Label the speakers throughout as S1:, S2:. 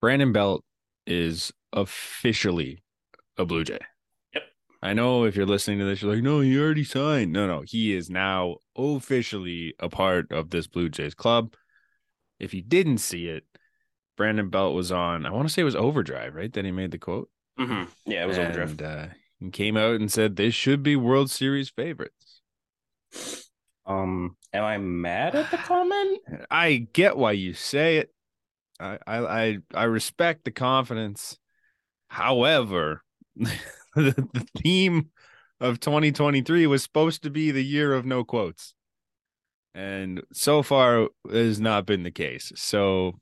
S1: Brandon Belt is officially a Blue Jay.
S2: Yep.
S1: I know if you're listening to this, you're like, no, he already signed. No, no, he is now officially a part of this Blue Jays club. If you didn't see it, Brandon Belt was on, I want to say it was Overdrive, right? That he made the quote.
S2: hmm Yeah, it was
S1: and,
S2: overdrive.
S1: Uh, he came out and said they should be World Series favorites.
S2: Um, am I mad at the comment?
S1: I get why you say it. I I I, I respect the confidence. However, the, the theme of 2023 was supposed to be the year of no quotes. And so far it has not been the case. So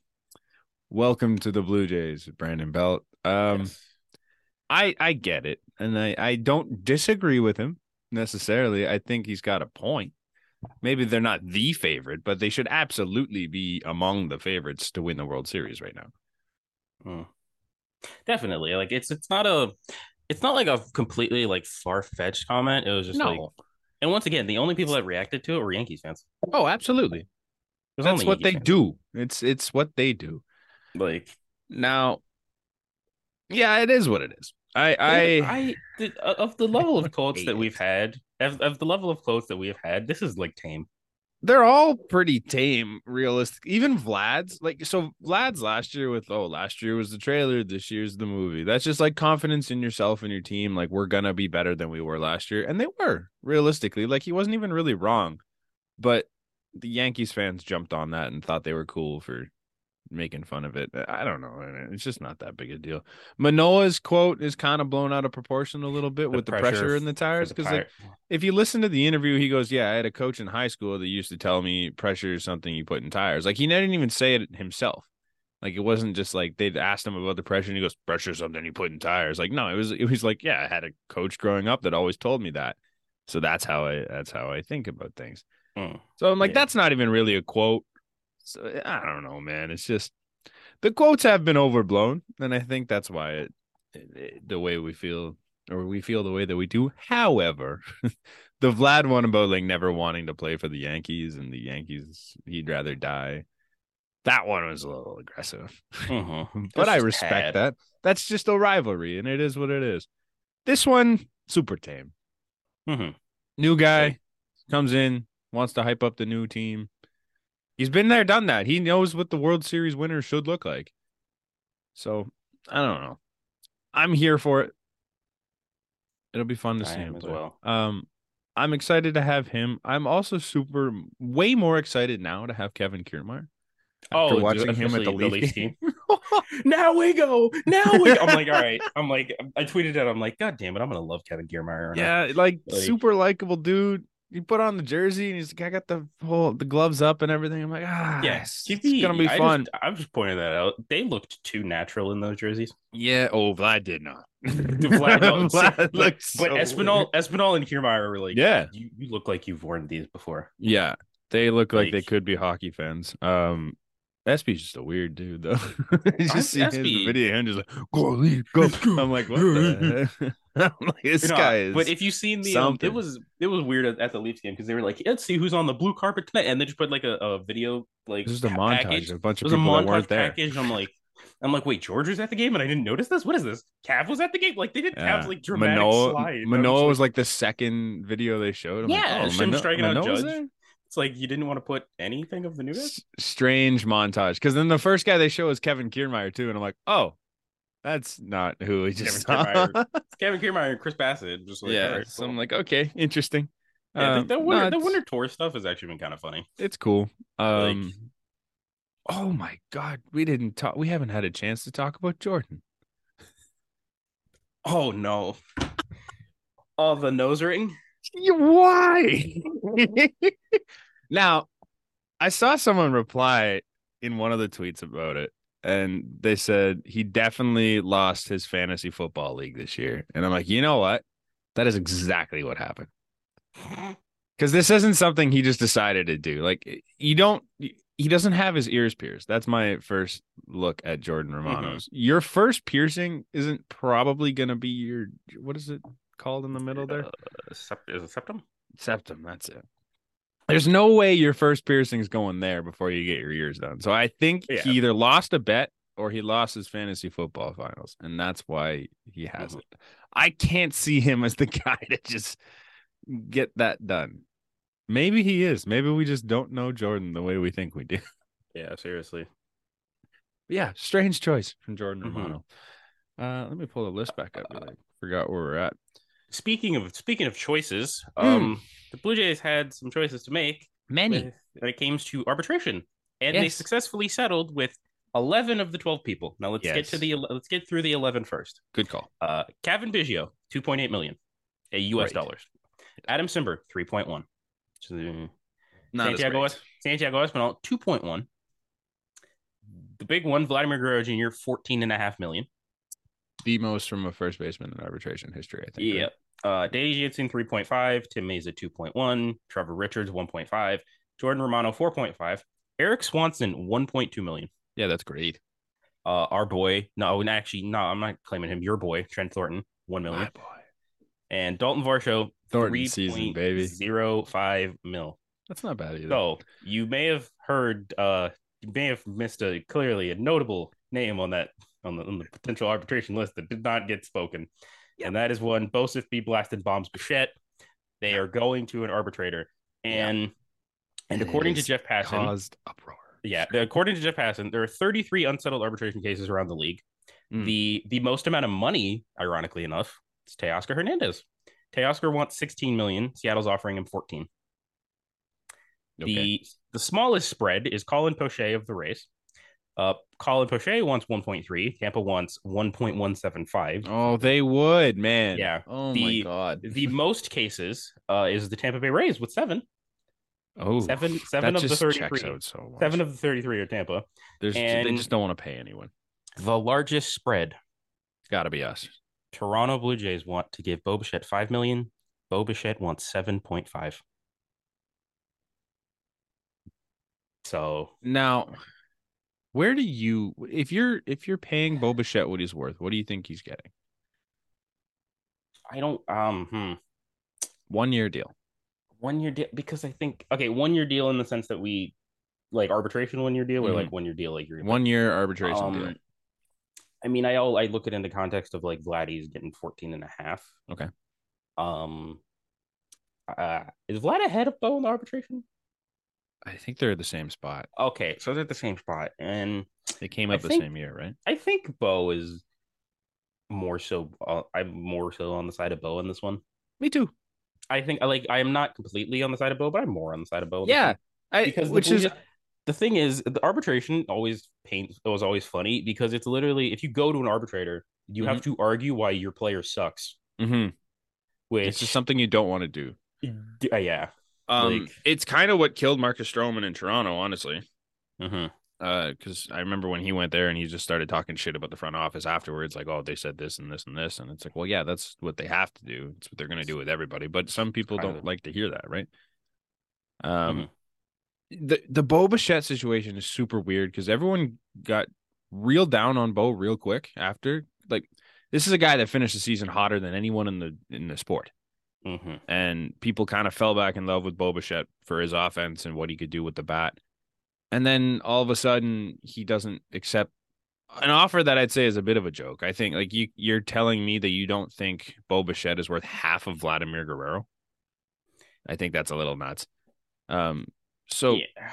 S1: welcome to the Blue Jays, Brandon Belt. Um
S2: Yes.
S1: I I get it, and I I don't disagree with him necessarily. I think he's got a point. Maybe they're not the favorite, but they should absolutely be among the favorites to win the World Series right now.
S2: Definitely. Like it's it's not a it's not like a completely like far fetched comment. It was just like and once again, the only people that reacted to it were Yankees fans.
S1: oh, absolutely.
S2: It was
S1: That's
S2: only
S1: what they
S2: Yankees
S1: do. It's it's what they do.
S2: fans. Like
S1: Now, yeah, it is what it is. I I
S2: I the- of the level of quotes
S1: hate
S2: that
S1: it.
S2: we've had, of, of the level of quotes that we've had, this is like tame.
S1: they're all pretty tame, realistic. Even Vlad's like so Vlad's last year with oh last year was the trailer, this year's the movie. That's just like confidence in yourself and your team. Like we're gonna be better than we were last year, and they were realistically. Like he wasn't even really wrong, but the Yankees fans jumped on that and thought they were cool for making fun of it. I don't know. It's just not that big a deal. Manoa's quote is kind of blown out of proportion a little bit
S2: The
S1: with the
S2: pressure
S1: pressure in the tires
S2: For the
S1: because like
S2: Pirate-
S1: if you listen to the interview, he goes, "Yeah, I had a coach in high school that used to tell me pressure is something you put in tires." Like he didn't even say it himself. Like it wasn't just like they'd asked him about the pressure, and he goes, "Pressure is something you put in tires." Like no, it was it was like, "Yeah, I had a coach growing up that always told me that." So that's how I that's how I think about things.
S2: Mm.
S1: So I'm like,
S2: Yeah.
S1: that's not even really a quote. So I don't know, man. It's just the quotes have been overblown, and I think that's why it, it, it- the way we feel or we feel the way that we do. However, the Vlad one about like never wanting to play for the Yankees and the Yankees he'd rather die. That one was a little aggressive,
S2: Mhm.
S1: but
S2: It's
S1: I
S2: just
S1: respect
S2: bad.
S1: that. That's just a rivalry, and it is what it is. This one, super tame
S2: Mhm.
S1: new guy
S2: Sure.
S1: comes in, wants to hype up the new team. He's been there, done that. He knows what the World Series winner should look like. So I don't know. I'm here for it. It'll be fun to
S2: I
S1: see
S2: am
S1: him
S2: as
S1: play.
S2: well.
S1: Um, I'm excited to have him. I'm also super, way more excited now to have Kevin Kiermaier.
S2: Oh,
S1: After
S2: dude,
S1: watching him at the
S2: officially
S1: Leaf, game.
S2: now we go. Now we go. I'm like, all right. I'm like, I tweeted out. I'm like, God damn it. I'm going to love Kevin Kiermaier. or not.
S1: yeah, like,
S2: Like-
S1: super likable dude. He put on the jersey and he's like, I got the whole the gloves up and everything. I'm like, ah,
S2: Yes.
S1: yes, it's gonna be fun.
S2: I'm just pointing that out. They looked too natural in those jerseys.
S1: Yeah. Oh, Vlad did not.
S2: Vlad, no,
S1: Vlad
S2: but-
S1: looked
S2: but
S1: so
S2: Espinal, Espinal and Kiermaier were like,
S1: weird. Yeah.
S2: you, you look like you've worn these before.
S1: Yeah. They look like, they
S2: Like-
S1: could be hockey fans. Um, Espy's just a weird dude, though. You just see him in the
S2: Espy-
S1: video and just like, go, Leaf, go. I'm like, what the heck? I'm like, this
S2: No,
S1: guy is.
S2: But if you seen the, um,
S1: something.
S2: it was it was weird at, at the Leafs game because they were like, let's see who's on the blue carpet tonight, and they just put like a, a video like
S1: it's just a
S2: pa-
S1: montage
S2: package.
S1: of a bunch
S2: It
S1: of
S2: was a
S1: people that
S2: montage
S1: weren't there.
S2: package. I'm like, I'm like, wait, George was at the game and I didn't notice this. What is this? Cav was at the game. Like they did
S1: Yeah.
S2: Cavs like dramatic
S1: Manoa,
S2: slide. I'm
S1: Manoa
S2: just
S1: was like the second video they showed. I'm
S2: Yeah,
S1: like,
S2: it's him
S1: Oh, Mano-
S2: striking out
S1: Manoa's
S2: Judge.
S1: there?
S2: it's like you didn't want to put anything of the new guy.
S1: S- strange montage. Because then the first guy they show is Kevin Kiermaier too, and I'm like, oh, that's not who he just
S2: Kevin
S1: saw.
S2: Kiermaier. It's Kevin Kiermaier and Chris Bassett. Just like,
S1: yeah.
S2: all right,
S1: so
S2: cool.
S1: I'm like, okay, interesting.
S2: Yeah, the-
S1: Um,
S2: the,
S1: no,
S2: winter, the
S1: it's-
S2: winter tour stuff has actually been kind of funny.
S1: it's cool. Um, oh my god, we didn't talk. We haven't had a chance to talk about Jordan.
S2: Oh no. Oh, the nose ring.
S1: Why? now, I saw someone reply in one of the tweets about it, and they said he definitely lost his fantasy football league this year. And I'm like, you know what? That is exactly what happened. Because this isn't something he just decided to do. Like, eh, you don't, he doesn't have his ears pierced. That's my first look at Jordan Romano's. Your first piercing isn't probably going to be your, what is it called in the middle there?
S2: Uh, sept- is it septum?
S1: septum. That's it. There's no way your first piercing's going there before you get your ears done. So I think
S2: Yeah.
S1: he either lost a bet or he lost his fantasy football finals, and that's why he has
S2: Mm-hmm.
S1: it. I can't see him as the guy to just get that done. Maybe he is. Maybe we just don't know Jordan the way we think we do.
S2: Yeah, seriously.
S1: yeah, strange choice from Jordan
S2: Mhm.
S1: Romano. Uh, let me pull the list back up. Really, forgot where we're at.
S2: Speaking of speaking of choices, um, the Blue Jays had some choices to make
S1: Many.
S2: with- when it came to arbitration, and they
S1: Yes.
S2: successfully settled with eleven of the twelve people. Now let's get to
S1: Yes.
S2: the ele- let's get through the 11 first.
S1: Good call.
S2: Uh, Kevin Biggio, two point eight million, a U.S.
S1: Great.
S2: dollars. Adam Simber, three point one.
S1: Not as
S2: Santiago,
S1: great.
S2: Es- Santiago Espinal, 2.1. The big one, Vladimir Guerrero Jr., 14 and a half million.
S1: the most from a first baseman in arbitration history. I think. right?
S2: Yep. Uh, Danny Jansen, 3.5. Tim Mesa, 2.1. Trevor Richards, 1.5. Jordan Romano, 4.5. Eric Swanson, 1.2 million.
S1: Yeah, that's great.
S2: Uh, our boy, no, and actually, no, I'm not claiming him. Your boy, Trent Thornton, 1 million.
S1: My Oh, boy.
S2: And Dalton Varsho,
S1: Thornton season, baby.
S2: 0.05 mil.
S1: That's not bad either.
S2: So you may have heard, uh, you may have missed a clearly a notable name on that on the, on the potential arbitration list that did not get spoken, and that is one Bosif B. Blasted Bombs Bichette. They are going to an arbitrator,
S1: Yeah.
S2: and and
S1: It
S2: according to
S1: is
S2: Jeff Passan,
S1: caused uproar.
S2: yeah, the- according to Jeff Passan, there are 33 unsettled arbitration cases around the league.
S1: Mm.
S2: The the most amount of money, ironically enough, is Teoscar Hernandez. Teoscar wants 16 million. Seattle's offering him 14.
S1: Okay.
S2: The the smallest spread is Colin Poche of the race. Uh, Colin Poche wants 1.3. Tampa wants 1.175.
S1: Oh, they would, man.
S2: Yeah.
S1: Oh my
S2: The-
S1: god.
S2: The most cases uh, is the Tampa Bay Rays with seven.
S1: oh,
S2: seven- seven
S1: that
S2: of the
S1: just
S2: 33.
S1: Checks out so much.
S2: Seven of the 33 are Tampa.
S1: There's, they
S2: and-
S1: just don't want to pay anyone.
S2: The largest spread.
S1: It's got to be us.
S2: Toronto Blue Jays want to give Bobichette 5 million. Bobichette wants 7.5. So
S1: Now, where do you if you're if you're paying Bobichette what he's worth? What do you think he's getting?
S2: I don't um hmm.
S1: One year deal.
S2: one year deal because I think okay, one year deal in the sense that we like arbitration one year deal or like one year deal like you're
S1: Mm-hmm. One year arbitration deal.
S2: Um, I mean, I all I look at in the context of like Vladdy's getting 14 and a half.
S1: Okay.
S2: Um uh is Vlad ahead of Bo in the arbitration?
S1: I think they're the same spot.
S2: Okay, so they're at the same spot. And
S1: They came
S2: I
S1: up the
S2: think-
S1: same year, right?
S2: I think Bo is more so uh, I'm more so on the side of Bo in this one.
S1: Me too.
S2: I think I like I am not completely on the side of Bo, but I'm more on the side of Bo. in this one.
S1: Yeah, I,
S2: because the
S1: which
S2: Blue
S1: is
S2: Jay- the thing is the arbitration always pains was always funny because it's literally if you go to an arbitrator you have
S1: Mm-hmm.
S2: to argue why your player sucks
S1: Mhm.
S2: Mm-hmm. which
S1: it's just something you don't want to do.
S2: uh, yeah
S1: Um,
S2: Like-
S1: it's kind of what killed Marcus Stroman in Toronto, honestly.
S2: Mhm.
S1: Because I remember when he went there and he just started talking shit about the front office afterwards, like, oh, they said this and this and this, and it's like, well, yeah, that's what they have to do. It's what they're gonna do with everybody. But some people
S2: Kind
S1: don't
S2: of.
S1: like to hear that, right?
S2: Mm-hmm.
S1: Um, the the Bo Bichette situation is super weird because everyone got real down on Bo real quick after. Like, this is a guy that finished the season hotter than anyone in the in the sport
S2: Mhm.
S1: and people kind of fell back in love with Bobuchet for his offense and what he could do with the bat. And then all of a sudden, he doesn't accept an offer that I'd say is a bit of a joke. I think like you you're telling me that you don't think Bobuchet is worth half of Vladimir Guerrero. I think that's a little nuts. Um, so
S2: Yeah.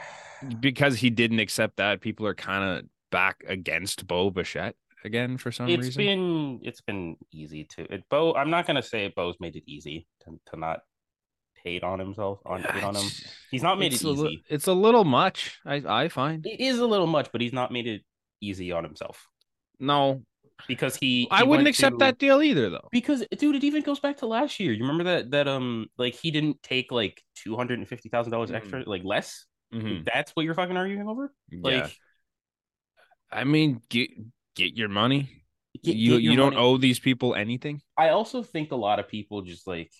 S1: because he didn't accept that, people are kind of back against Bo Bichette again for some
S2: It's
S1: reason.
S2: been it's been easy to it bo i'm not gonna say bo's made it easy to, to not hate on himself on, hate on him
S1: It's-
S2: he's not made
S1: it's
S2: it
S1: a
S2: easy
S1: li- it's a little much. I I find
S2: it is a little much but he's not made it easy on himself
S1: no
S2: because he,
S1: I
S2: he
S1: wouldn't
S2: went
S1: accept
S2: to-
S1: that deal either, though.
S2: because dude it even goes back to last year you remember that that um like he didn't take like $250000
S1: Mhm.
S2: extra like less that's what you're fucking arguing over like
S1: Mm-hmm. yeah, I mean, get get your money. you
S2: get- get your
S1: you don't
S2: money.
S1: owe these people anything.
S2: i also think a lot of people just like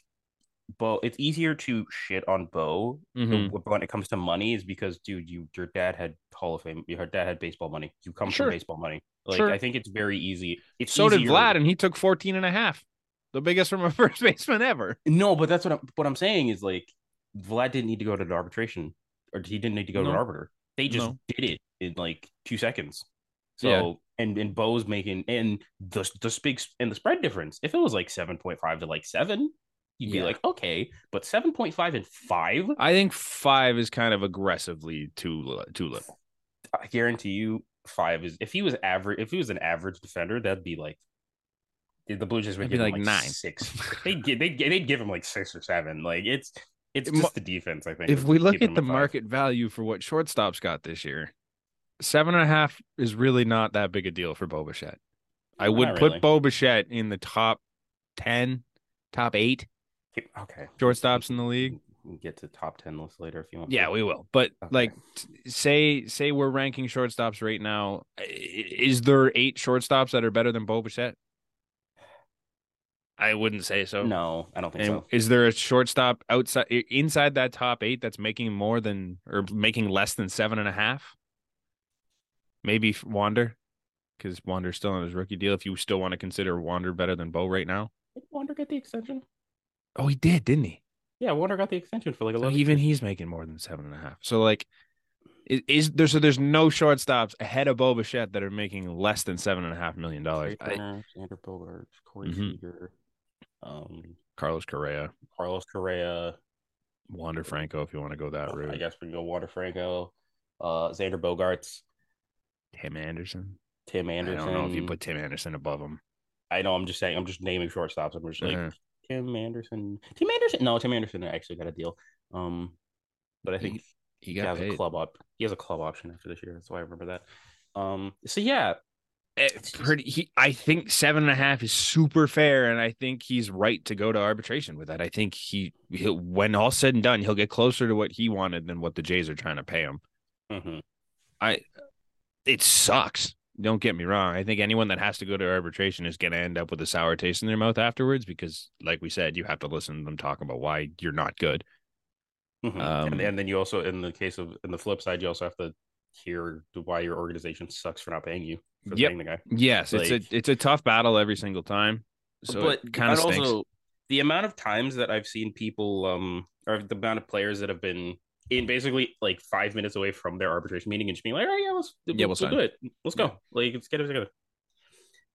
S2: bo it's easier to shit on bo
S1: Mhm.
S2: when it comes to money is because dude you your dad had hall of fame your dad had baseball money you come
S1: Sure.
S2: from baseball money like
S1: Sure.
S2: i think it's very easy it's
S1: So did
S2: easier-
S1: Vlad, and he took 14 and a half, the biggest from a first baseman ever.
S2: No, but that's what I'm what I'm saying is like Vlad didn't need to go to the arbitration or he didn't need to go to
S1: No.
S2: an arbiter. They just
S1: No.
S2: did it in like two seconds. So
S1: Yeah.
S2: and and Bo's making and the the big and the spread difference. If it was like seven point five to like seven, you'd
S1: Yeah.
S2: be like okay, but seven point five and five,
S1: I think five is kind of aggressively too li- too little.
S2: I guarantee you five is if he was average if he was an average defender, that'd be like the Blue Jays would
S1: That'd be
S2: give him
S1: like
S2: like
S1: nine.
S2: six. They get they they'd give him like six or seven. Like it's it's
S1: Mo-
S2: just the defense. I think
S1: If
S2: is
S1: we look
S2: keeping
S1: at
S2: him
S1: the
S2: five.
S1: market value for what shortstops got this year, seven and a half is really not that big a deal for Bobichette. I would
S2: Not really.
S1: put Bobichette in the top ten, top eight
S2: okay
S1: shortstops in the league.
S2: We'll get to top ten list later if you want.
S1: Yeah,
S2: to.
S1: we will. But
S2: Okay.
S1: like, t- say say we're ranking shortstops right now. i- Is there eight shortstops that are better than Bo Bichette? I wouldn't say so.
S2: no, I don't think
S1: And
S2: so.
S1: is there a shortstop outside i- inside that top eight that's making more than or making less than seven and a half? Maybe f- Wander, because Wander's still on his rookie deal. If you still want to consider Wander better than Bo right now,
S2: Did Wander get the extension?
S1: oh, he did, didn't he?
S2: Yeah, Wander got the extension for like
S1: So
S2: eleven.
S1: even he's making more than seven and a half. So like, is, is there? So there's no shortstops ahead of Bo Bichette that are making less than seven and a half million dollars.
S2: Trey
S1: I-
S2: Turner, Xander Bogaerts, Corey
S1: Mhm.
S2: Seager, um,
S1: Carlos Correa,
S2: Carlos Correa.
S1: Wander Franco, if you want to go that
S2: Oh, I
S1: route,
S2: guess we can go Wander Franco, uh, Xander Bogarts,
S1: Tim Anderson.
S2: Tim Anderson.
S1: I don't know if you put Tim Anderson above him.
S2: I know. I'm just saying. I'm just naming shortstops. I'm just like
S1: Uh-huh.
S2: Tim Anderson. Tim Anderson. No, Tim Anderson actually got a deal. Um, but I think
S1: He
S2: he
S1: got
S2: has a
S1: paid.
S2: club op. He has a club option after this year. That's why I remember that. Um. So yeah,
S1: It's Eh, pretty. He, I think seven and a half is super fair, and I think he's right to go to arbitration with that. I think he, he'll, when all said and done, he'll get closer to what he wanted than what the Jays are trying to pay him.
S2: Mhm.
S1: it sucks. Don't get me wrong. I think anyone that has to go to arbitration is going to end up with a sour taste in their mouth afterwards because, like we said, you have to listen to them talk about why you're not good.
S2: Mhm.
S1: Um,
S2: and, and then you also, in the case of, in the flip side, you also have to hear why your organization sucks for not paying you for
S1: Yep.
S2: paying the guy.
S1: Yes,
S2: Like-
S1: it's a it's a tough battle every single time. So it kind of
S2: that
S1: stinks.
S2: the amount of times that I've seen people, um, or the amount of players that have been in basically like five minutes away from their arbitration meeting and just being like, all right, yeah, let's,
S1: Yeah, we'll
S2: let's
S1: sign.
S2: do it. Let's go. Like, let's get it together.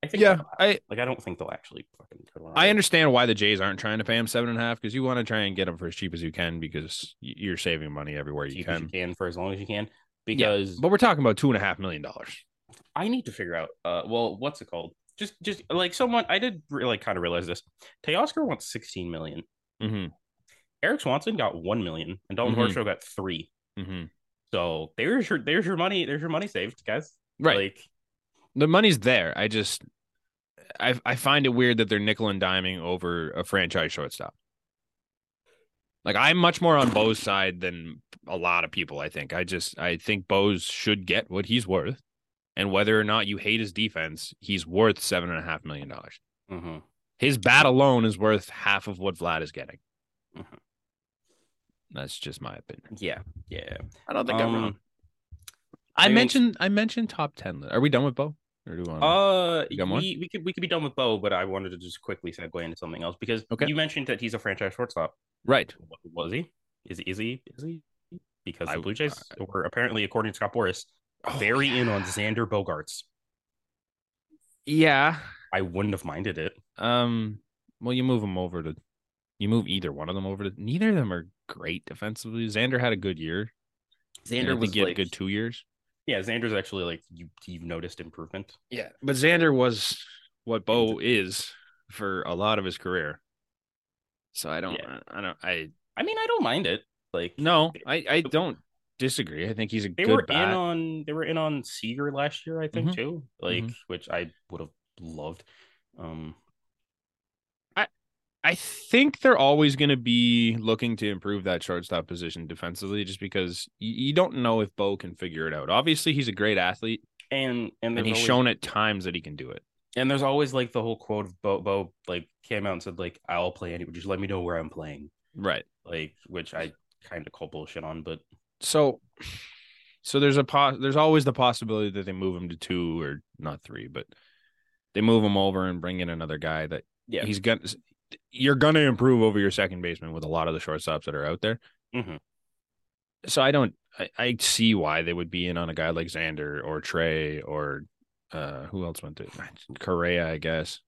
S2: I think,
S1: yeah,
S2: they'll-
S1: I
S2: like, I don't think they'll actually fucking go to an
S1: I
S2: arbitration.
S1: understand why the Jays aren't trying to pay him seven and a half because you want to try and get him for as cheap as you can because y- you're saving money everywhere you
S2: Keep as
S1: can.
S2: you can for as long as you can because
S1: But we're talking about two and a half million dollars.
S2: I need to figure out. Uh, well, what's it called? Just, just like someone I did re- like kind of realize this. Teoscar wants sixteen million.
S1: Mm-hmm.
S2: Eric Swanson got one million, and Dalton
S1: Mhm.
S2: Varsho got three.
S1: Mm-hmm.
S2: So there's your there's your money. There's your money saved, guys.
S1: Right.
S2: Like
S1: the money's there. I just I I find it weird that they're nickel and diming over a franchise shortstop. Like I'm much more on Bo's side than a lot of people, I think. I just I think Bo's should get what he's worth. And whether or not you hate his defense, he's worth seven and a half million dollars. Mm-hmm.
S2: mhm.
S1: His bat alone is worth half of what Vlad is getting.
S2: Mhm.
S1: That's just my opinion.
S2: yeah, yeah.
S1: I don't
S2: think I'm wrong.
S1: I
S2: I mean-
S1: mentioned Um, I mentioned top ten. Are we done with Bo? Or do we want
S2: Uh,
S1: Um, You got more?
S2: we, we could we could be done with Bo, but I wanted to just quickly segue into something else because
S1: Okay.
S2: you mentioned that he's a franchise shortstop.
S1: right?
S2: Was he? Is is he? Is he? Because
S1: I- Oh,
S2: the Blue Jays were apparently, according to Scott Boris, very in on Xander Bogarts.
S1: Yeah.
S2: I wouldn't have minded it.
S1: Um. Well, you move them over to, you move either one of them over to. Neither of them are great defensively. Xander had a good year. and I
S2: Xander
S1: think
S2: was
S1: he had
S2: like,
S1: a good two years.
S2: yeah. Xander's actually like you you've noticed improvement.
S1: Yeah, but Xander was what Bo is for a lot of his career. So I don't.
S2: Yeah.
S1: I don't. I
S2: I mean, I don't mind it. Like
S1: no. I I don't disagree. I think he's a
S2: they
S1: good
S2: were
S1: bat.
S2: in on they were in on Seager last year, I think
S1: Mhm.
S2: too. Like
S1: Mhm.
S2: which I would have loved. Um,
S1: I think they're always going to be looking to improve that shortstop position defensively, just because you, you don't know if Bo can figure it out. Obviously, he's a great athlete,
S2: and and,
S1: and
S2: there's
S1: he's
S2: always,
S1: shown at times that he can do it.
S2: and there's always like the whole quote of Bo Bo like came out and said like I'll play anywhere, just let me know where I'm playing.
S1: Right.
S2: Like which I kind of call bullshit on, but
S1: so so there's a pos- there's always the possibility that they move him to two or not three but they move him over and bring in another guy that
S2: yeah,
S1: he's gonna you're gonna improve over your second baseman with a lot of the shortstops that are out there
S2: Mhm.
S1: so i don't I, I see why they would be in on a guy like xander or trey or uh who else went to Correa, I guess.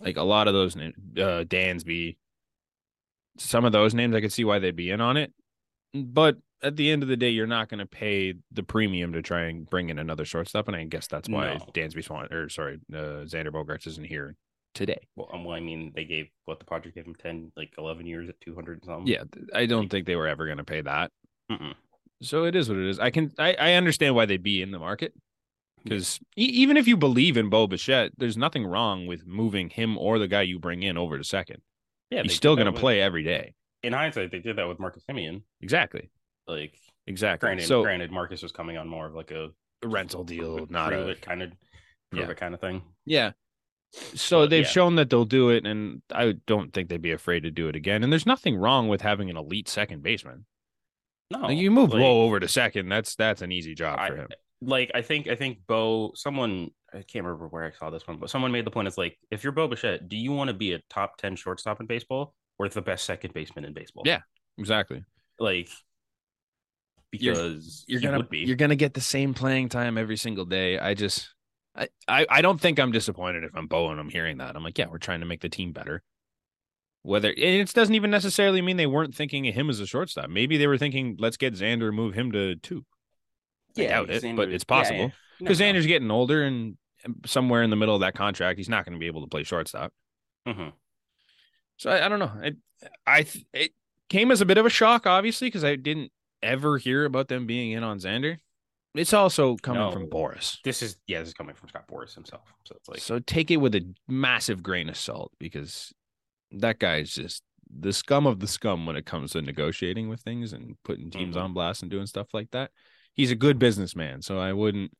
S1: Like a lot of those names, uh, Dansby. Some of those names I could see why they'd be in on it, but at the end of the day, you're not going to pay the premium to try and bring in another shortstop, and I guess that's why
S2: No.
S1: Dansby Swan or sorry, uh, Xander Bogarts isn't here today.
S2: Well, um, well, I mean, they gave what the project gave him 10, like 11 years at 200 and something.
S1: Yeah, th- I don't think they were ever going to pay that.
S2: Mm-mm.
S1: So it is what it is. I can I, I understand why they'd be in the market
S2: Hmm.
S1: because e- even if you believe in Bo Bichette, there's nothing wrong with moving him or the guy you bring in over to second.
S2: Yeah. they
S1: He's still
S2: did that
S1: going to
S2: with-
S1: play every day.
S2: In hindsight, they did that with Marcus Simeon.
S1: Exactly.
S2: Like,
S1: Exactly.
S2: granted,
S1: so
S2: granted, Marcus was coming on more of like a
S1: a rental deal, not
S2: prove
S1: a
S2: it kind of, prove
S1: Yeah.
S2: it kind of thing.
S1: yeah. So
S2: But,
S1: they've
S2: yeah.
S1: shown that they'll do it, and I don't think they'd be afraid to do it again. And there's nothing wrong with having an elite second baseman.
S2: No,
S1: Oh, Like, you move
S2: like-
S1: Lowe over to second, that's that's an easy job
S2: I-
S1: for him.
S2: like I think I think Bo someone I can't remember where I saw this one, but someone made the point it's like if you're Bo Bichette, do you want to be a top ten shortstop in baseball or the best second baseman in baseball?
S1: Yeah. Exactly.
S2: Like
S1: You're-
S2: because
S1: you're
S2: he
S1: gonna
S2: would be.
S1: you're gonna get the same playing time every single day. I just I, I I don't think I'm disappointed if I'm Bo and I'm hearing that. I'm like, yeah, we're trying to make the team better. Whether and it doesn't even necessarily mean they weren't thinking of him as a shortstop. Maybe they were thinking, let's get Xander move him to two. I doubt it, but it's possible. Because
S2: Xander.
S1: Xander's getting older and somewhere in the middle of that contract, he's not going to be able to play shortstop.
S2: hmm
S1: So I, I don't know. I I th- it came as a bit of a shock, obviously, because I didn't ever hear about them being in on Xander. It's also coming
S2: No.
S1: from Boris,
S2: This is yeah, this is coming from Scott Boris himself. So it's like
S1: so take it with a massive grain of salt because that guy's just the scum of the scum when it comes to negotiating with things and putting teams
S2: Mhm.
S1: on blast and doing stuff like that. He's a good businessman, so I wouldn't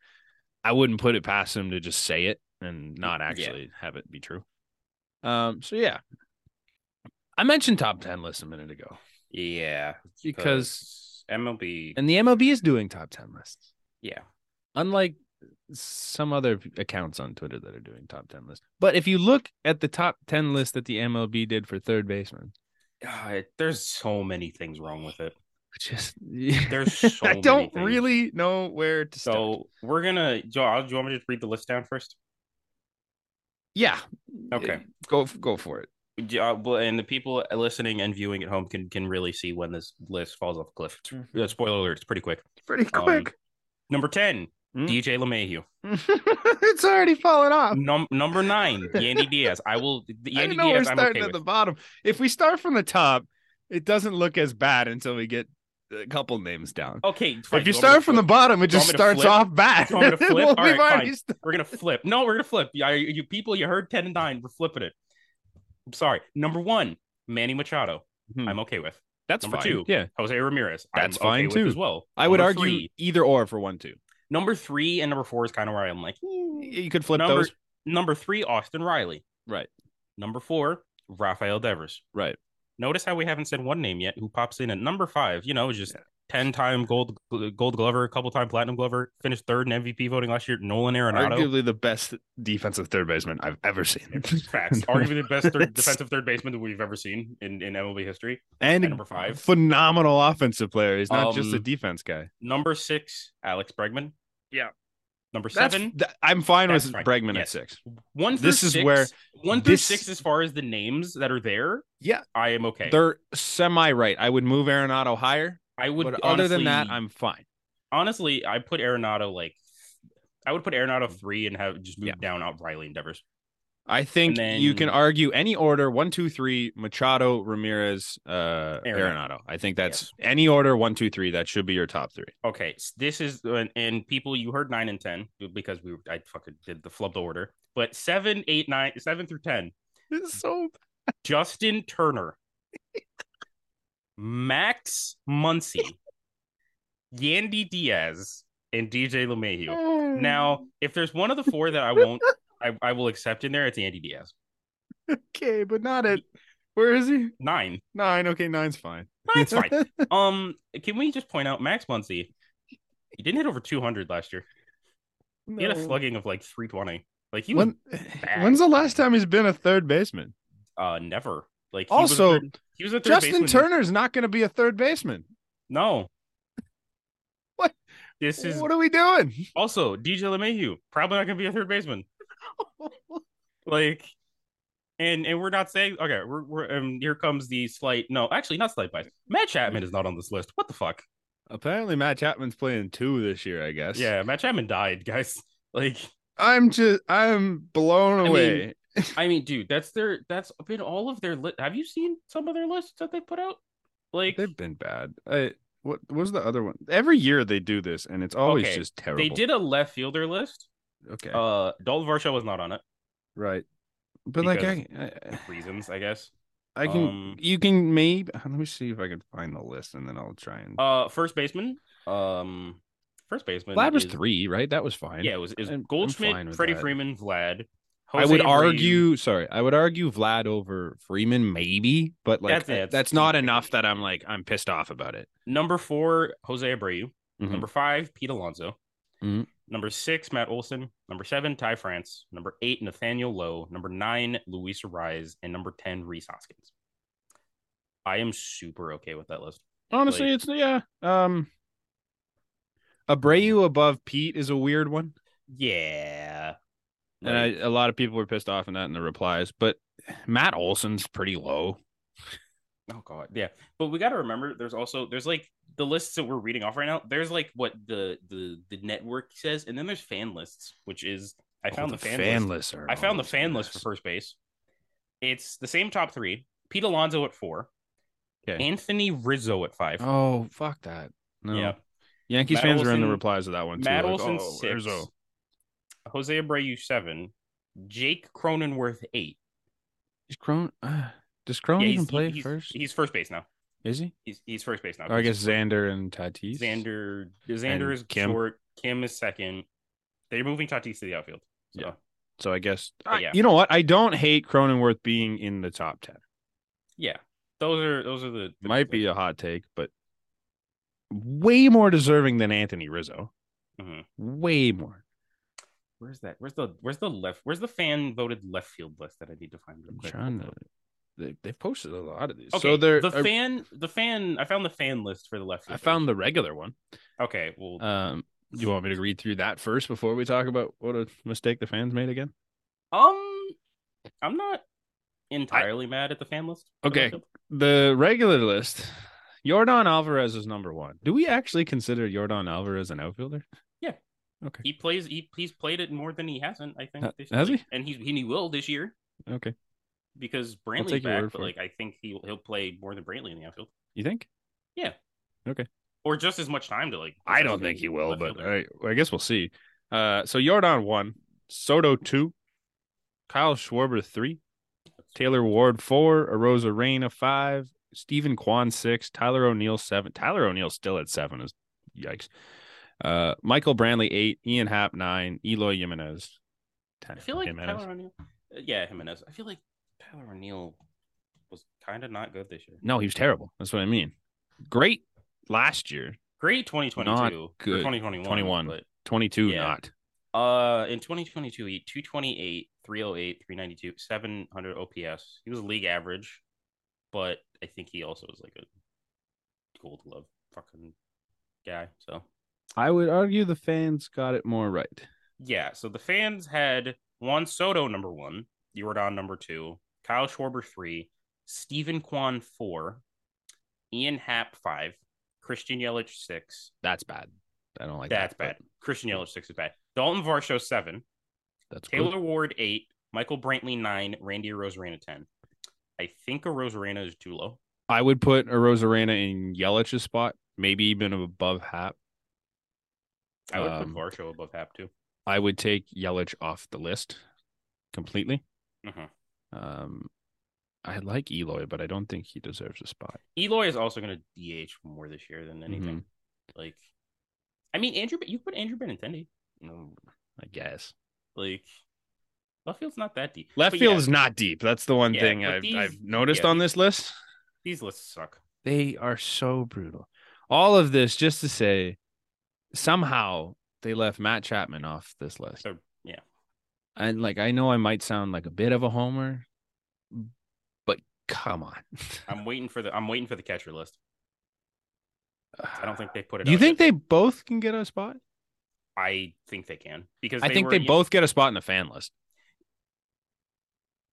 S1: I wouldn't put it past him to just say it and not
S2: Yeah.
S1: actually have it be true. Um. So yeah, I mentioned top ten lists a minute ago.
S2: yeah,
S1: because
S2: MLB
S1: and the MLB is doing top 10 lists
S2: yeah,
S1: unlike some other accounts on Twitter that are doing top 10 lists but if you look at the top 10 list that the MLB did for third baseman
S2: God, there's so many things wrong with it.
S1: just
S2: There's so
S1: I
S2: many
S1: don't
S2: things.
S1: really know where to start
S2: So we're gonna. Joe, do you want me to just read the list down first?
S1: yeah Uh,
S2: Okay.
S1: go go for it
S2: Yeah, well, and the people listening and viewing at home can can really see when this list falls off a cliff. It's-
S1: Mm-hmm.
S2: uh, spoiler alert, it's pretty quick.
S1: pretty
S2: Um,
S1: quick
S2: Number 10,
S1: Mm.
S2: DJ LeMahieu.
S1: it's already fallen off
S2: Num- number 9, Yandy Diaz. I will
S1: Oh. I
S2: Yandy
S1: know we're
S2: Diaz I'm
S1: starting
S2: okay
S1: at
S2: with.
S1: the bottom if we start from the top it doesn't look as bad until we get a couple names down
S2: Okay, fine.
S1: If you
S2: want me to
S1: start from the
S2: flip?
S1: bottom, it
S2: you want
S1: just
S2: me to
S1: starts
S2: flip?
S1: off bad.
S2: You want me to flip?
S1: Well,
S2: All
S1: we've
S2: right,
S1: already
S2: fine.
S1: st-
S2: We're going to flip. No, we're going to flip. Yeah, you you people, you heard 10 and 9. We're flipping it. I'm sorry. Number 1, Manny Machado.
S1: Hmm.
S2: I'm okay with.
S1: That's
S2: Number
S1: fine.
S2: two.
S1: Yeah,
S2: Jose Ramirez.
S1: That's
S2: I'm
S1: fine,
S2: okay
S1: too.
S2: With as well.
S1: I would
S2: Number
S1: argue
S2: three-
S1: either or for one two.
S2: number 3 and number 4 is kind of where I'm like,
S1: You could flip
S2: number
S1: those.
S2: number 3 Austin Riley.
S1: Right.
S2: Number four, Rafael Devers.
S1: Right.
S2: Notice how we haven't said one name yet who pops in at number five. You know, just 10 time gold gold glover, a couple time platinum glover, finished third in MVP voting last year. Nolan Arenado.
S1: Arguably the best defensive third baseman I've ever seen.
S2: Facts. Arguably the best
S1: That's-
S2: third, defensive third baseman that we've ever seen in, in MLB history.
S1: and
S2: At number five.
S1: phenomenal offensive player. He's not just a
S2: Um,
S1: defense guy.
S2: Number six, Alex Bregman.
S1: Yeah.
S2: Number
S1: That's-
S2: seven,
S1: th- I'm fine with
S2: That's fine.
S1: Bregman
S2: Yes.
S1: at six.
S2: one through
S1: this is
S2: six-
S1: where
S2: one through
S1: this-
S2: six, as far as the names that are there,
S1: Yeah.
S2: I am okay.
S1: They're semi right. I would move Arenado higher,
S2: I would,
S1: but other than that,
S2: honestly-
S1: I'm fine.
S2: honestly, I put Arenado like I would put Arenado three and have just move
S1: Yeah.
S2: down out Riley and Devers.
S1: I think
S2: And
S1: you can
S2: then-
S1: argue any order one, two, three, Machado, Ramirez, uh,
S2: Arenado.
S1: Arenado. I think that's any order one, two, three. That should be your top three.
S2: Okay, s- this is and, and people you heard nine and ten because we were- I fucking did the flubbed order, but seven, eight, nine, seven through ten.
S1: It's so
S2: Justin Turner, Max Muncy, Yandy Diaz, and DJ LeMahieu.
S1: Mm.
S2: Now, if there's one of the four that I won't, I, I will accept in there. It's Yandy Diaz.
S1: okay, but not at where is he?
S2: Nine.
S1: Nine. Okay, nine's fine.
S2: Nine's fine. Um, can we just point out Max Muncy? He didn't hit over 200 last year. He had a slugging of like 320. Like he was
S1: When- when's the last time he's been a third baseman?
S2: uh never like he
S1: Also,
S2: was a third, he was a third
S1: Justin
S2: baseman.
S1: Turner's not going to be a third baseman.
S2: No, This is
S1: what are we doing?
S2: also DJ LeMahieu probably not going to be a third baseman. like and and we're not saying okay we're, we're um here comes the slight no actually not slight bias matt
S1: Mm.
S2: chapman is not on this list what the fuck
S1: Apparently, Matt Chapman's playing two this year. I guess.
S2: yeah matt chapman died guys like
S1: I'm just I'm blown
S2: mean,
S1: away.
S2: i mean dude that's their that's been all of their list have you seen some of their lists that they put out like
S1: They've been bad. I what what was the other one? Every year they do this, and it's always
S2: Okay,
S1: just terrible.
S2: they did a left fielder list
S1: okay,
S2: uh dalton varsha was not on it
S1: right? But like I,
S2: because-
S1: I,
S2: reasons i guess
S1: I can
S2: um,
S1: you can maybe uh, let me see if I can find the list, and then I'll try and.
S2: uh first baseman um first baseman
S1: Vlad was
S2: is-
S1: three, right? That was fine.
S2: yeah it was, it was
S1: I'm- I'm fine
S2: goldschmidt
S1: with
S2: freddie
S1: that.
S2: freeman vlad
S1: I would
S2: Jose Abreu.
S1: argue. Sorry, I would argue Vlad over Freeman, maybe, but like
S2: That's-
S1: that's,
S2: that's-
S1: not enough that I'm like I'm pissed off about it.
S2: Number four, Jose Abreu.
S1: Mhm.
S2: Number five, Pete Alonso. Mm-hmm.
S1: Mhm.
S2: Number six, Matt Olson. Number seven, Ty France. Number eight, Nathaniel Lowe. Number nine, Luis Rise. And number 10, Reese Hoskins. I am super okay with that list.
S1: Honestly,
S2: Like-
S1: it's yeah. Um, Abreu above Pete is a weird one.
S2: Yeah.
S1: And I, a lot of people were pissed off in that in the replies, but Matt Olson's pretty low.
S2: oh god, yeah. But we gotta remember there's also there's like the lists that we're reading off right now, there's like what the the the network says, and then there's fan lists, which is I found Oh,
S1: Oh,
S2: the, fan, list.
S1: list. are
S2: I found the
S1: always
S2: fan list for
S1: mess.
S2: first base. It's the same top three. Pete Alonso at four.
S1: Okay.
S2: Anthony Rizzo at five.
S1: Oh, fuck that. No.
S2: Yeah.
S1: Yankees
S2: Matt
S1: fans were in the
S2: Olson-
S1: replies of that one too.
S2: Matt
S1: like,
S2: Olson
S1: oh,
S2: six.
S1: Rizzo.
S2: Jose Abreu seven. Jake Cronenworth eight.
S1: Is Crone, uh, does Crone
S2: Yeah,
S1: even
S2: he's-
S1: play
S2: he's-
S1: first?
S2: He's first base now.
S1: Is he?
S2: He's he's first base now.
S1: Or I guess Xander and Tatis.
S2: Xander Xander
S1: And
S2: is
S1: Kim.
S2: short. Kim is second. They're moving Tatis to the outfield. So
S1: Yeah. So I guess I-
S2: Uh, yeah.
S1: you know what? I don't hate Cronenworth being in the top ten.
S2: yeah. Those are those are the, the-
S1: Might
S2: the-
S1: be a hot take, but way more deserving than Anthony Rizzo.
S2: Mhm.
S1: Way more.
S2: Where's that? Where's the where's the left? Where's the fan voted left field list that I need to find? Real
S1: I'm
S2: quick?
S1: trying to.
S2: Hold up.
S1: They, they've posted a lot of these.
S2: Okay,
S1: so they're.
S2: the
S1: I,
S2: fan, the fan. I found the fan list for the left.
S1: I
S2: field.
S1: found the regular one.
S2: Okay, well,
S1: Um, you want me to read through that first before we talk about what a mistake the fans made again? Uh,
S2: um, I'm not entirely mad at the fan list. for the
S1: Okay.
S2: left field.
S1: The regular list. Jordan Alvarez is number one. Do we actually consider Jordan Alvarez an outfielder?
S2: he plays. He he's played it more than he hasn't. I think.
S1: Ha-
S2: this
S1: has
S2: year.
S1: he?
S2: And he's and he will this year
S1: Okay.
S2: because
S1: take
S2: Brantley's
S1: your word
S2: back. But
S1: for
S2: like, I think he he'll play more than Brantley in the outfield,
S1: You think?
S2: or just as much time to like.
S1: I don't think he will,
S2: left
S1: but
S2: fielder.
S1: I, I guess we'll see. Uh, so Jordan one, Soto two, Kyle Schwarber three, Taylor Ward four, Arosa Reina five, Stephen Kwan six, Tyler O'Neill seven. Tyler O'Neill still at seven is yikes. Uh, Michael Brantley eight, Ian Happ nine, Eloy Jimenez ten.
S2: I feel like
S1: Jimenez.
S2: Tyler O'Neill. uh, Yeah, Jimenez. I feel like Tyler O'Neill was kind of not good this year.
S1: no, he was terrible. That's what I mean. Great last year,
S2: Great 2022 or
S1: good.
S2: 2021.
S1: 21.
S2: but-
S1: twenty two
S2: Yeah.
S1: not.
S2: Uh, in 2022, he 228, 308, 392, 700 OPS. He was league average, but I think he also was like a gold glove fucking guy. So,
S1: I would argue the fans got it more right.
S2: yeah. So the fans had Juan Soto number one, Jordan number two, Kyle Schwarber three, Stephen Kwan four, Ian Happ five, Christian Yelich six.
S1: That's bad. I don't like
S2: That's
S1: that, but
S2: bad. Christian Yelich six is bad. Dalton Varsho seven.
S1: That's good.
S2: Taylor Ward eight, Michael Brantley nine, Randy Rosarena ten. I think a Rosarena is too low.
S1: I would put a Rosarena in Yelich's spot, maybe even above Hap.
S2: I would
S1: Um,
S2: put Varsho above Hap too.
S1: I would take Yelich off the list completely.
S2: Mhm.
S1: Um, I like Eloy, but I don't think he deserves a spot.
S2: Eloy is also going to DH more this year than anything.
S1: Mm-hmm.
S2: Like, I mean, Andrew, you could put Andrew Benintendi. No,
S1: I guess
S2: like left field's not that deep.
S1: left
S2: But
S1: field
S2: yeah,
S1: is not deep. That's the one
S2: Yeah,
S1: thing
S2: but
S1: I've,
S2: these-
S1: I've noticed
S2: yeah.
S1: on this list.
S2: These lists suck.
S1: They are so brutal. All of this just to say, somehow they left Matt Chapman off this list.
S2: So yeah,
S1: and like I know I might sound like a bit of a homer, but come on.
S2: I'm waiting for the I'm waiting for the catcher list. I don't think they put it.
S1: You
S2: out
S1: think
S2: yet.
S1: they both can get a spot?
S2: I think they can because
S1: I think
S2: were-
S1: they
S2: you-
S1: both get a spot in the fan list.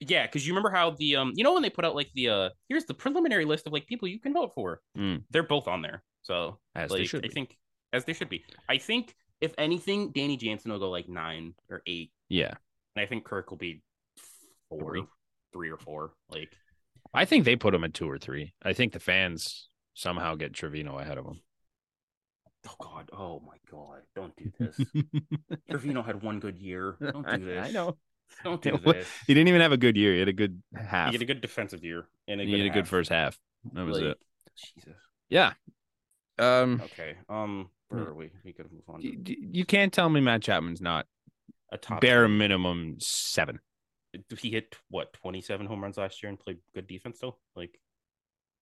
S2: Yeah, because you remember how the um, you know when they put out like the uh, here's the preliminary list of like people you can vote for.
S1: Mm.
S2: They're both on there, so
S1: As
S2: like
S1: they should
S2: I
S1: be.
S2: think as they should be. I think if anything, Danny Jansen will go like nine or eight,
S1: yeah.
S2: and I think Kirk will be four,
S1: Three.
S2: three or four. Like
S1: I think they put him at two or three. I think the fans somehow get Trevino ahead of
S2: oh god, oh my god, don't do this.
S1: him.
S2: Trevino had one good year. Don't
S1: I-
S2: do this.
S1: I know.
S2: Don't do
S1: What-
S2: this.
S1: He didn't even have a good year. He had a good half.
S2: He had a good defensive year and a
S1: He
S2: good,
S1: had a good
S2: half.
S1: first half. That was
S2: Like,
S1: it.
S2: Jesus.
S1: Yeah. Um,
S2: Okay. Um, where
S1: Hmm.
S2: are we? We could move on.
S1: y-
S2: To
S1: y- you can't tell me Matt Chapman's not
S2: a top
S1: bare minimum seven.
S2: he hit what 27 home runs last year and played good defense still like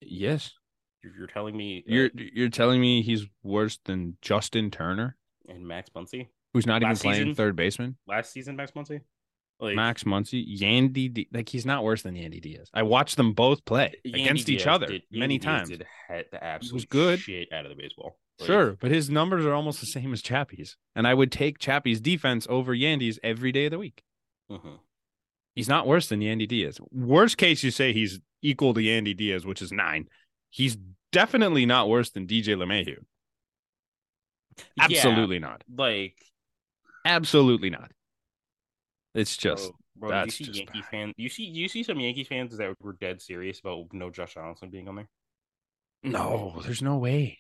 S1: Yes.
S2: you're, you're telling me uh,
S1: You're you're telling me he's worse than Justin Turner,
S2: and max Muncy
S1: who's not even
S2: Last
S1: playing
S2: season?
S1: third baseman.
S2: last season max Muncy like
S1: Max Muncy, Yandy, D- like he's not worse than Yandy Diaz. I watched them both play
S2: Yandy
S1: against each
S2: Diaz
S1: other
S2: did-
S1: many
S2: Yandy Diaz
S1: times.
S2: did hit the absolute
S1: good.
S2: shit out of the baseball Like,
S1: Sure, but his numbers are almost the same as Chappie's, and I would take Chappie's defense over Yandy's every day of the week.
S2: mhm.
S1: He's not worse than Yandy Diaz. Worst case, you say he's equal to Yandy Diaz, which is nine. He's definitely not worse than DJ LeMahieu.
S2: Yeah,
S1: Absolutely not.
S2: like
S1: Absolutely not. It's just
S2: bro, bro,
S1: that's
S2: you see
S1: just
S2: yankee
S1: bad.
S2: fans you see you see some yankee fans that were dead serious about no josh donaldson being on there
S1: no. There's no way.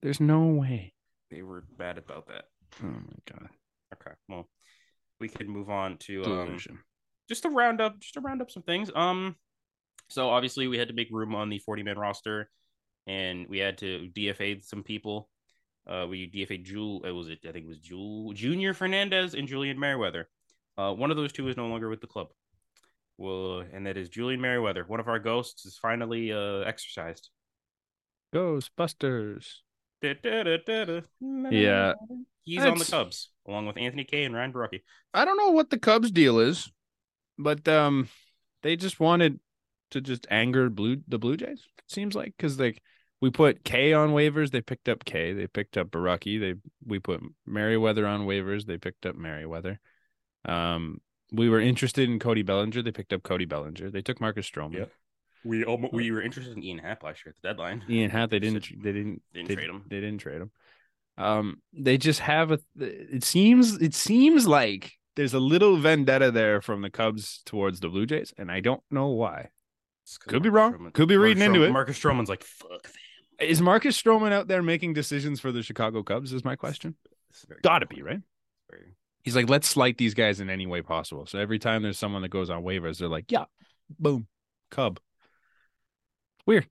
S1: There's no way.
S2: they were mad about that
S1: Oh my god.
S2: okay well we could move on to um,
S1: Delusion.
S2: just to round up just to round up some things um so obviously we had to make room on the 40 man roster and we had to dfa some people uh we dfa jewel it uh, was it i think it was jewel junior fernandez and julian merriweather uh one of those two is no longer with the club well and that is julian merriweather one of our ghosts is finally uh exercised
S1: Ghostbusters.
S2: yeah he's on the
S1: That's-
S2: cubs along with anthony Kay and ryan Barucki.
S1: I don't know what the Cubs deal is, but um, they just wanted to just anger blue the Blue Jays. it Seems like because like we put K on waivers, they picked up K. They picked up Baraki. They we put Merriweather on waivers, they picked up Merriweather. Um, we were interested in Cody Bellinger. They picked up Cody Bellinger. They took Marcus Stroman.
S2: Yep. we almost, we were interested in ian happ last year at the deadline
S1: Ian Hatt. They didn't.
S2: Said-
S1: They didn't
S2: didn't
S1: they,
S2: trade him
S1: They didn't trade him. Um, they just have a. It seems. It seems like there's a little vendetta there from the Cubs towards the Blue Jays, and I don't know why.
S2: It's 'cause
S1: Could be
S2: Marcus
S1: wrong.
S2: Stroman-
S1: Could be
S2: Marcus
S1: reading into
S2: Stroman-
S1: it.
S2: Marcus Stroman's like, fuck that.
S1: Is Marcus Stroman out there making decisions for the Chicago Cubs? Is my question.
S2: This is very
S1: Got to
S2: good
S1: be
S2: point.
S1: right.
S2: Very-
S1: He's like, let's slight these guys in any way possible. So every time there's someone that goes on waivers, they're like, yeah, boom, Cub. I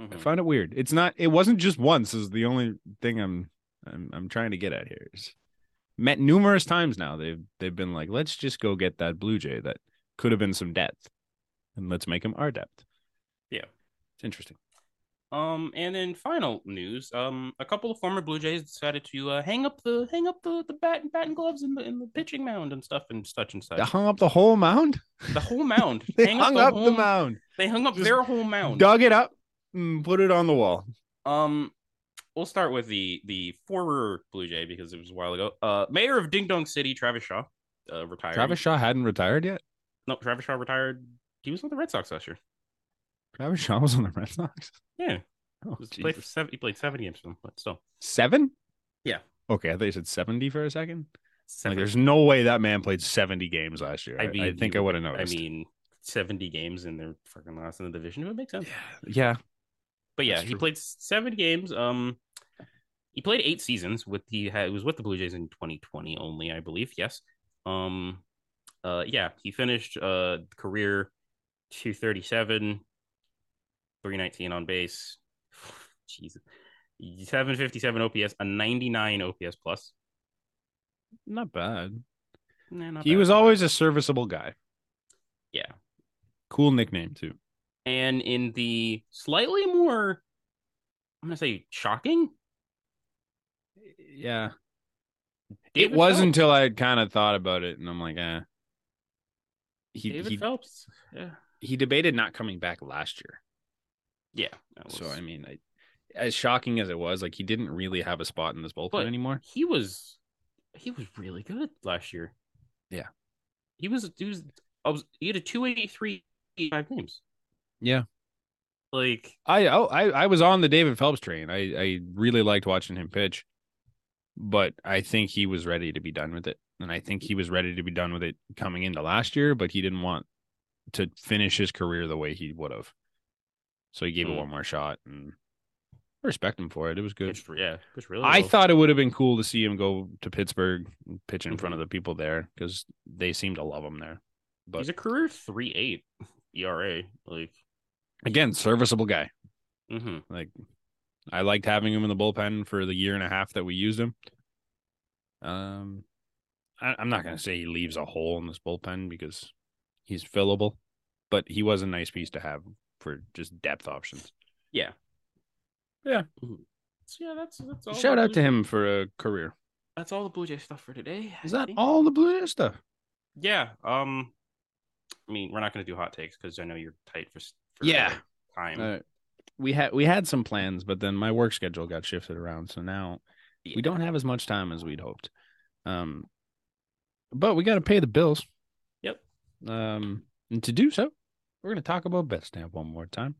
S2: Mhm.
S1: find it weird. It's not. It wasn't just once. Is the only thing I'm I'm I'm trying to get at here is met numerous times now. They've they've been like, let's just go get that blue jay that could have been some depth, and let's make him our depth.
S2: Yeah.
S1: it's interesting.
S2: Um, and then final news. Um, a couple of former Blue Jays decided to uh, hang up the hang up the the bat and bat and gloves in the in the pitching mound and stuff and such and
S1: They
S2: such.
S1: hung up the whole mound.
S2: The whole mound.
S1: They
S2: Hang
S1: hung up the
S2: whole-
S1: mound,
S2: They hung up
S1: Just
S2: their whole mound.
S1: dug it up, and put it on the wall.
S2: Um, we'll start with the the former Blue Jay because it was a while ago. Uh, mayor of Ding Dong City, Travis Shaw, uh, retired.
S1: Travis Shaw hadn't retired yet.
S2: no, Travis Shaw retired. He was with the Red Sox last year.
S1: Travis Shaw was on the Red Sox.
S2: Yeah,
S1: Oh,
S2: he, was- played for
S1: Jesus.
S2: seven, he played seven games for them, but still.
S1: seven.
S2: Yeah.
S1: Okay, I thought you said seventy for a second. Like,
S2: Seven.
S1: there's no way that man played 70 games last year.
S2: I
S1: I, I
S2: mean,
S1: think
S2: you-
S1: I would have
S2: I
S1: noticed.
S2: mean, 70 games and they're fucking last in the division. It would make sense.
S1: yeah, yeah,
S2: But yeah,
S1: that's
S2: he
S1: true.
S2: played seven games. Um, he played eight seasons with the he was with the Blue Jays in 2020 only, I believe. Yes. Um, uh, yeah, he finished uh career 237, 319 on base. Jesus. 757 OPS, a 99 OPS plus.
S1: not bad.
S2: Nah, not
S1: he
S2: bad.
S1: was always a serviceable guy.
S2: Yeah.
S1: Cool nickname too.
S2: and in the slightly more i'm gonna say shocking
S1: Yeah.
S2: David
S1: it was
S2: Phelps-
S1: until I had kind of thought about it, and I'm like, eh. He
S2: david
S1: he,
S2: phelps yeah
S1: he debated not coming back last year.
S2: yeah that
S1: So
S2: was-
S1: I mean, I as shocking as it was, like he didn't really have a spot in this bullpen
S2: But-
S1: anymore.
S2: He was he was really good last year.
S1: Yeah.
S2: He was he was, I was he had a 283 in five games.
S1: Yeah.
S2: Like
S1: I oh, I I was on the David Phelps train. I I really liked watching him pitch, but I think he was ready to be done with it, and I think he was ready to be done with it coming into last year, but he didn't want to finish his career the way he would have. So he gave it
S2: Hmm.
S1: one more shot, and I respect him for it. It was good.
S2: pitched- yeah, pitched really
S1: I
S2: well.
S1: thought it would have been cool to see him go to Pittsburgh, and pitch in
S2: Mm-hmm.
S1: front of the people there because they seem to love him there. But
S2: he's a career 3-8 ERA. Like
S1: again, serviceable guy.
S2: mhm.
S1: Like I liked having him in the bullpen for the year and a half that we used him. Um, I, I'm not gonna say he leaves a hole in this bullpen because he's fillable, but he was a nice piece to have for just depth options.
S2: Yeah.
S1: Yeah.
S2: Mhm. So yeah, that's that's all. the
S1: Shout out
S2: Blue-
S1: to him for a career.
S2: That's all the Blue Jay stuff for today.
S1: Is
S2: I
S1: that
S2: think.
S1: all the Blue Jay stuff?
S2: Yeah. Um, I mean, we're not gonna do hot takes because I know you're tight for, s- for
S1: Yeah.
S2: time.
S1: Uh, we had we had some plans, but then my work schedule got shifted around, so now we don't have as much time as we'd hoped. Um, but we got to pay the bills.
S2: Yep.
S1: Um, and to do so, we're going to talk about Betstamp one more time.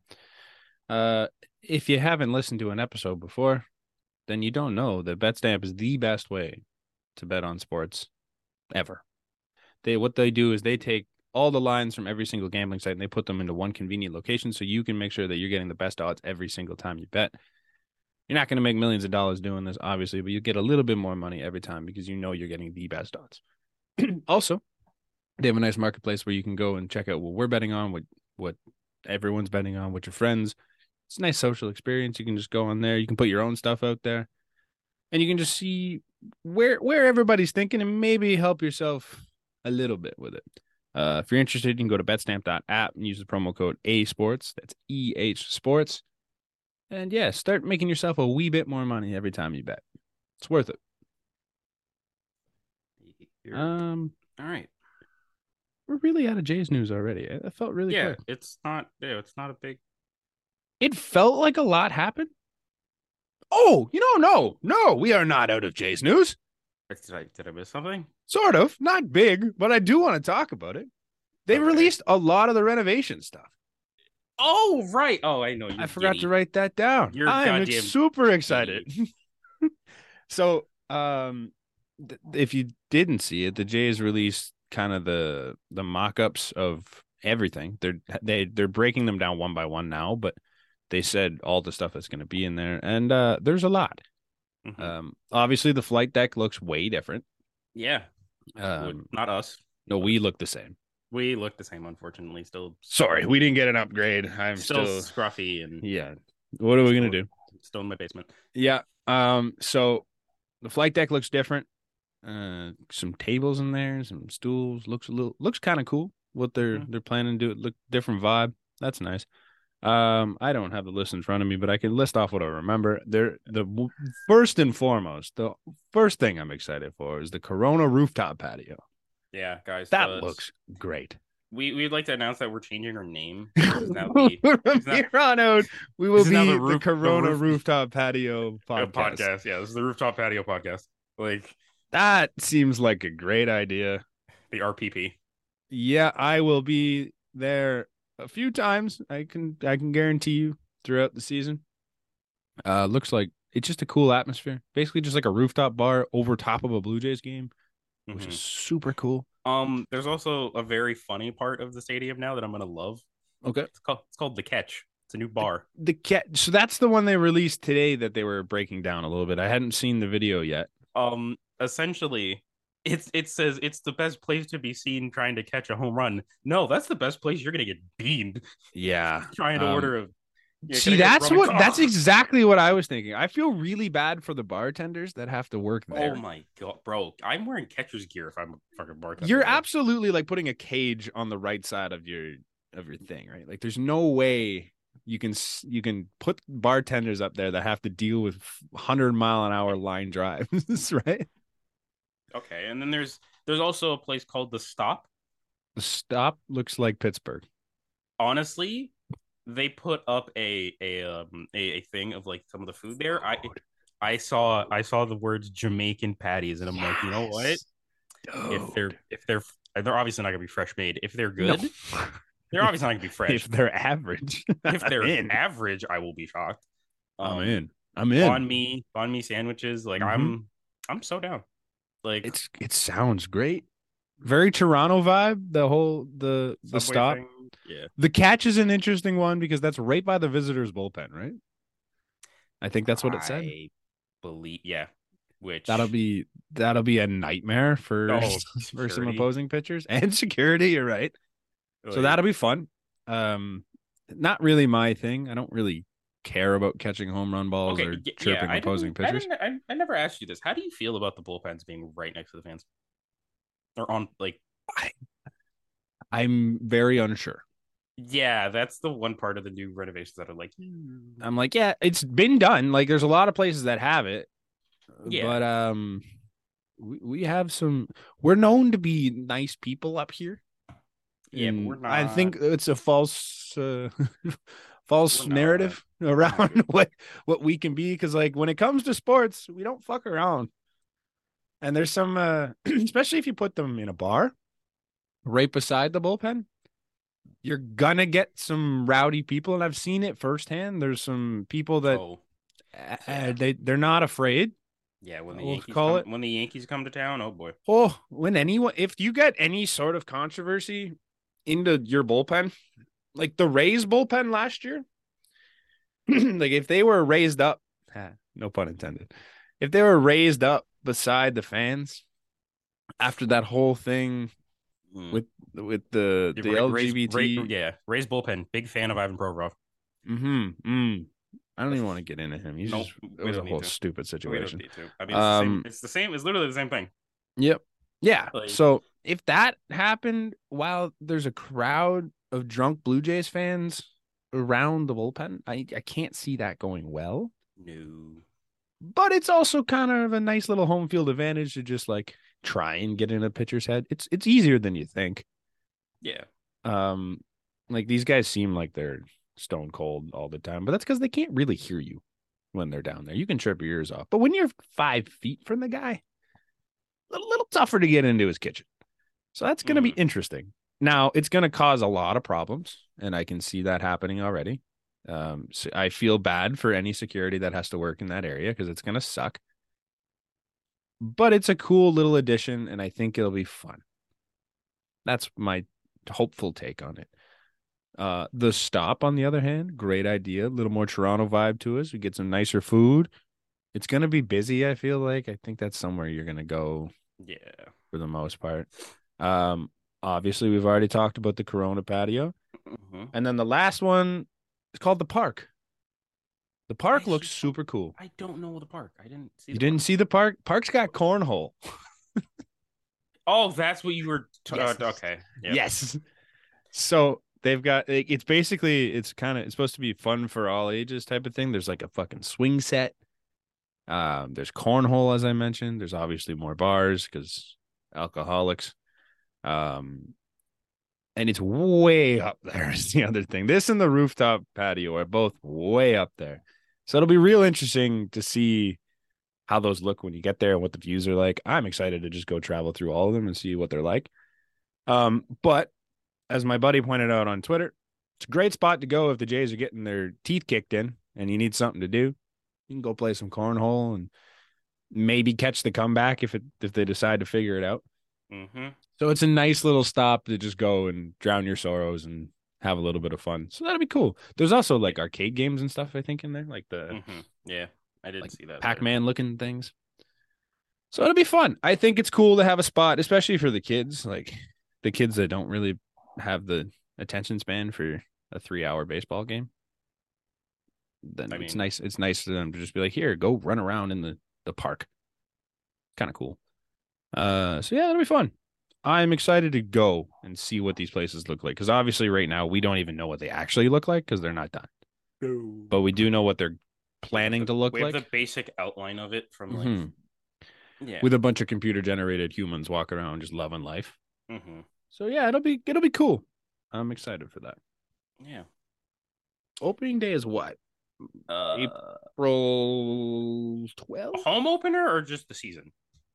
S1: Uh, if you haven't listened to an episode before, then you don't know that Betstamp is the best way to bet on sports ever. They what they do is they take all the lines from every single gambling site and they put them into one convenient location so you can make sure that you're getting the best odds every single time you bet. You're not going to make millions of dollars doing this, obviously, but you get a little bit more money every time because you know you're getting the best odds. also, they have a nice marketplace where you can go and check out what we're betting on, what what everyone's betting on, what your friends. It's a nice social experience. You can just go on there. You can put your own stuff out there, and you can just see where where everybody's thinking and maybe help yourself a little bit with it. Uh, if you're interested, you can go to betstamp.app and use the promo code A Sports. That's E H Sports. And yeah, start making yourself a wee bit more money every time you bet. It's worth it.
S2: You're-
S1: Um,
S2: all right.
S1: we're really out of Jay's news already. It it felt really
S2: yeah,
S1: quick.
S2: it's not. Yeah, it's not a big.
S1: It felt like a lot happened. Oh, you know, no, no, we are not out of Jay's news.
S2: Did I did I miss something?
S1: Sort of, not big, but I do want to talk about it. They
S2: Okay.
S1: released a lot of the renovation stuff.
S2: Oh right. Oh, I know. You're
S1: I forgot to
S2: giddy.
S1: write that down.
S2: You're
S1: I'm
S2: goddamn
S1: super excited. so, um, th- if you didn't see it, the Jays released kind of the the mock-ups of everything. They're they they're breaking them down one by one now, but they said all the stuff that's going to be in there, and uh, there's a lot.
S2: Mhm.
S1: Um, obviously, the flight deck looks way different.
S2: yeah. Would-
S1: Um,
S2: not us.
S1: no, we look the same.
S2: We look the same, unfortunately. Still.
S1: Sorry, we didn't get an upgrade. I'm
S2: still,
S1: still,
S2: scruffy and
S1: yeah. What are we gonna
S2: Still-
S1: do?
S2: still in my basement.
S1: Yeah. Um. So the flight deck looks different. Uh, some tables in there, some stools. Looks a little looks kind of cool. What they're
S2: Mhm.
S1: they're planning to do. Look different vibe. That's nice. Um, I don't have the list in front of me, but I can list off what I remember. There, the w- first and foremost, the first thing I'm excited for is the Corona rooftop patio.
S2: Yeah, guys.
S1: That
S2: uh,
S1: looks great.
S2: We we'd like to announce that we're changing our name. It's now the-
S1: From
S2: it's not-
S1: here on out, we will
S2: it's
S1: be
S2: not the
S1: the,
S2: roof- the
S1: Corona
S2: roof-
S1: rooftop patio
S2: a
S1: podcast.
S2: podcast. Yeah, this is the rooftop patio podcast. Like
S1: That seems like a great idea.
S2: the RPP.
S1: Yeah, I will be there a few times. I can I can guarantee you throughout the season. Uh looks like it's just a cool atmosphere. Basically just like a rooftop bar over top of a Blue Jays game, which
S2: Mhm.
S1: is super cool.
S2: Um, there's also a very funny part of the stadium now that I'm gonna love.
S1: Okay.
S2: It's called it's called the Catch. It's a new bar.
S1: The cat so that's the one they released today that they were breaking down a little bit. I hadn't seen the video yet.
S2: Um, essentially, it's it says it's the best place to be seen trying to catch a home run. No, that's the best place you're gonna get beamed
S1: Yeah.
S2: trying to
S1: Um,
S2: order a. you're
S1: See,
S2: gonna get
S1: that's
S2: rum and
S1: what that's
S2: coke.
S1: exactly what I was thinking. I feel really bad for the bartenders that have to work there.
S2: Oh my god, bro! I'm wearing catcher's gear if I'm a fucking bartender.
S1: you're
S2: bro.
S1: absolutely like putting a cage on the right side of your of your thing right like there's no way you can s- you can put bartenders up there that have to deal with 100 mile an hour line drives right
S2: okay. And then there's there's also a place called the Stop.
S1: the stop looks like pittsburgh
S2: Honestly, they put up a a um a, a thing of like some of the food there. I I saw I saw the words Jamaican patties, and I'm like, you know what?
S1: Oh,
S2: If they're if they're they're obviously not gonna be fresh made. If they're good, they're obviously not gonna be fresh.
S1: if they're average,
S2: if they're
S1: I'm in,
S2: average, I will be shocked. Um,
S1: I'm in. I'm in. Mm-hmm.
S2: banh mi, banh mi sandwiches. Like I'm, I'm so down. Like
S1: It's it sounds great. Very Toronto vibe. The whole the the
S2: Subway
S1: stop.
S2: thing, Yeah,
S1: The catch is an interesting one because that's right by the visitors bullpen, right? I think that's what it said.
S2: I believe yeah. Which
S1: That'll be that'll be a nightmare for
S2: Oh,
S1: for some
S2: security.
S1: opposing pitchers and security. You're right. So
S2: like,
S1: that'll be fun. Um, not really my thing. I don't really care about catching home run balls
S2: okay,
S1: or
S2: y- yeah,
S1: chirping
S2: I
S1: opposing
S2: didn't- I
S1: pitchers.
S2: didn't- I, I never asked you this. How do you feel about the bullpens being right next to the fans? They're on like
S1: I'm very unsure.
S2: yeah. That's the one part of the new renovations that are like "Mm,
S1: I'm like, yeah, it's been done. Like, there's a lot of places that have it,
S2: Yeah.
S1: but um, we we have some. We're known to be nice people up here.
S2: yeah. but
S1: and
S2: we're not.
S1: I think it's a false, uh, false
S2: We're not, uh,
S1: narrative around what what we can be. Because like when it comes to sports, we don't fuck around. And there's some, uh, especially if you put them in a bar, right beside the bullpen, you're gonna get some rowdy people. And I've seen it firsthand. There's some people that
S2: oh,
S1: uh,
S2: yeah.
S1: they they're not afraid.
S2: yeah. When the
S1: we'll
S2: Yankees
S1: call
S2: come,
S1: it-
S2: when the Yankees come to town, oh boy.
S1: Oh, when anyone, if you get any sort of controversy into your bullpen, like the Rays bullpen last year, like if they were raised up, ah, no pun intended, if they were raised up beside the fans after that whole thing
S2: Mm.
S1: with with the the
S2: Ra- raise-
S1: LGBT,
S2: ra- yeah, raise bullpen. Big fan of Ivan Provorov.
S1: hmm I don't even want to get into him. He's
S2: No,
S1: just
S2: Mm-hmm, mm. we
S1: it was a
S2: don't need
S1: whole
S2: to.
S1: stupid
S2: We don't
S1: situation.
S2: need to. I mean, it's, the same,
S1: Um,
S2: it's the same. It's literally the same thing.
S1: Yep. Yeah.
S2: Like-
S1: so if that happened while there's a crowd of drunk Blue Jays fans around the bullpen, I, I can't see that going well.
S2: No.
S1: But it's also kind of a nice little home field advantage to just like try and get in a pitcher's head. It's it's easier than you think.
S2: Yeah.
S1: Um like these guys seem like they're stone cold all the time, but that's because they can't really hear you when they're down there. You can trip your ears off. But when you're five feet from the guy, a little tougher to get into his kitchen. So that's gonna be
S2: Mhm.
S1: interesting. Now it's gonna cause a lot of problems, and I can see that happening already. Um, so I feel bad for any security that has to work in that area because it's gonna suck. But it's a cool little addition, and I think it'll be fun. That's my hopeful take on it. Uh, the stop, on the other hand, great idea. A little more Toronto vibe to us. We get some nicer food. It's gonna be busy. I feel like I think that's somewhere you're gonna go
S2: Yeah.
S1: for the most part. Um, obviously, we've already talked about the Corona patio,
S2: Mhm.
S1: and then the last one is called the park. The park
S2: Actually,
S1: looks super cool.
S2: I don't know the park. I didn't see.
S1: You
S2: the park.
S1: didn't see the park? Park's got cornhole.
S2: Oh, that's what you were. T-
S1: Yes.
S2: uh, okay. Yep.
S1: Yes. So they've got like, it's basically it's kind of it's supposed to be fun for all ages type of thing. There's like a fucking swing set. Um, there's cornhole as I mentioned. There's obviously more bars because alcoholics. Um, and it's way up there is the other thing. This and the rooftop patio are both way up there. So it'll be real interesting to see how those look when you get there and what the views are like. I'm excited to just go travel through all of them and see what they're like. Um, but as my buddy pointed out on Twitter, it's a great spot to go if the Jays are getting their teeth kicked in and you need something to do. You can go play some cornhole and maybe catch the comeback if it if they decide to figure it out.
S2: Mhm.
S1: So it's a nice little stop to just go and drown your sorrows and have a little bit of fun. So that'll be cool. There's also like arcade games and stuff I think in there, like the
S2: Mhm. Yeah. I didn't
S1: Like,
S2: see that.
S1: Pac Man looking things. So it'll be fun. I think it's cool to have a spot, especially for the kids, like the kids that don't really have the attention span for a three hour baseball game. Then
S2: I
S1: it's
S2: mean-
S1: nice. It's nice for them to just be like, here, go run around in the, the park. Kind of cool. Uh, so yeah, it'll be fun. I'm excited to go and see what these places look like because obviously, right now, we don't even know what they actually look like because they're not done, but we do know what they're planning to look
S2: we
S1: like.
S2: have the basic outline of it from like.
S1: Mhm.
S2: Yeah.
S1: with a bunch of computer generated humans walk around just loving life.
S2: Mhm.
S1: So yeah, it'll be it'll be cool. I'm excited for that.
S2: Yeah.
S1: Opening day is what?
S2: Uh,
S1: April 12?
S2: a home opener or just the season?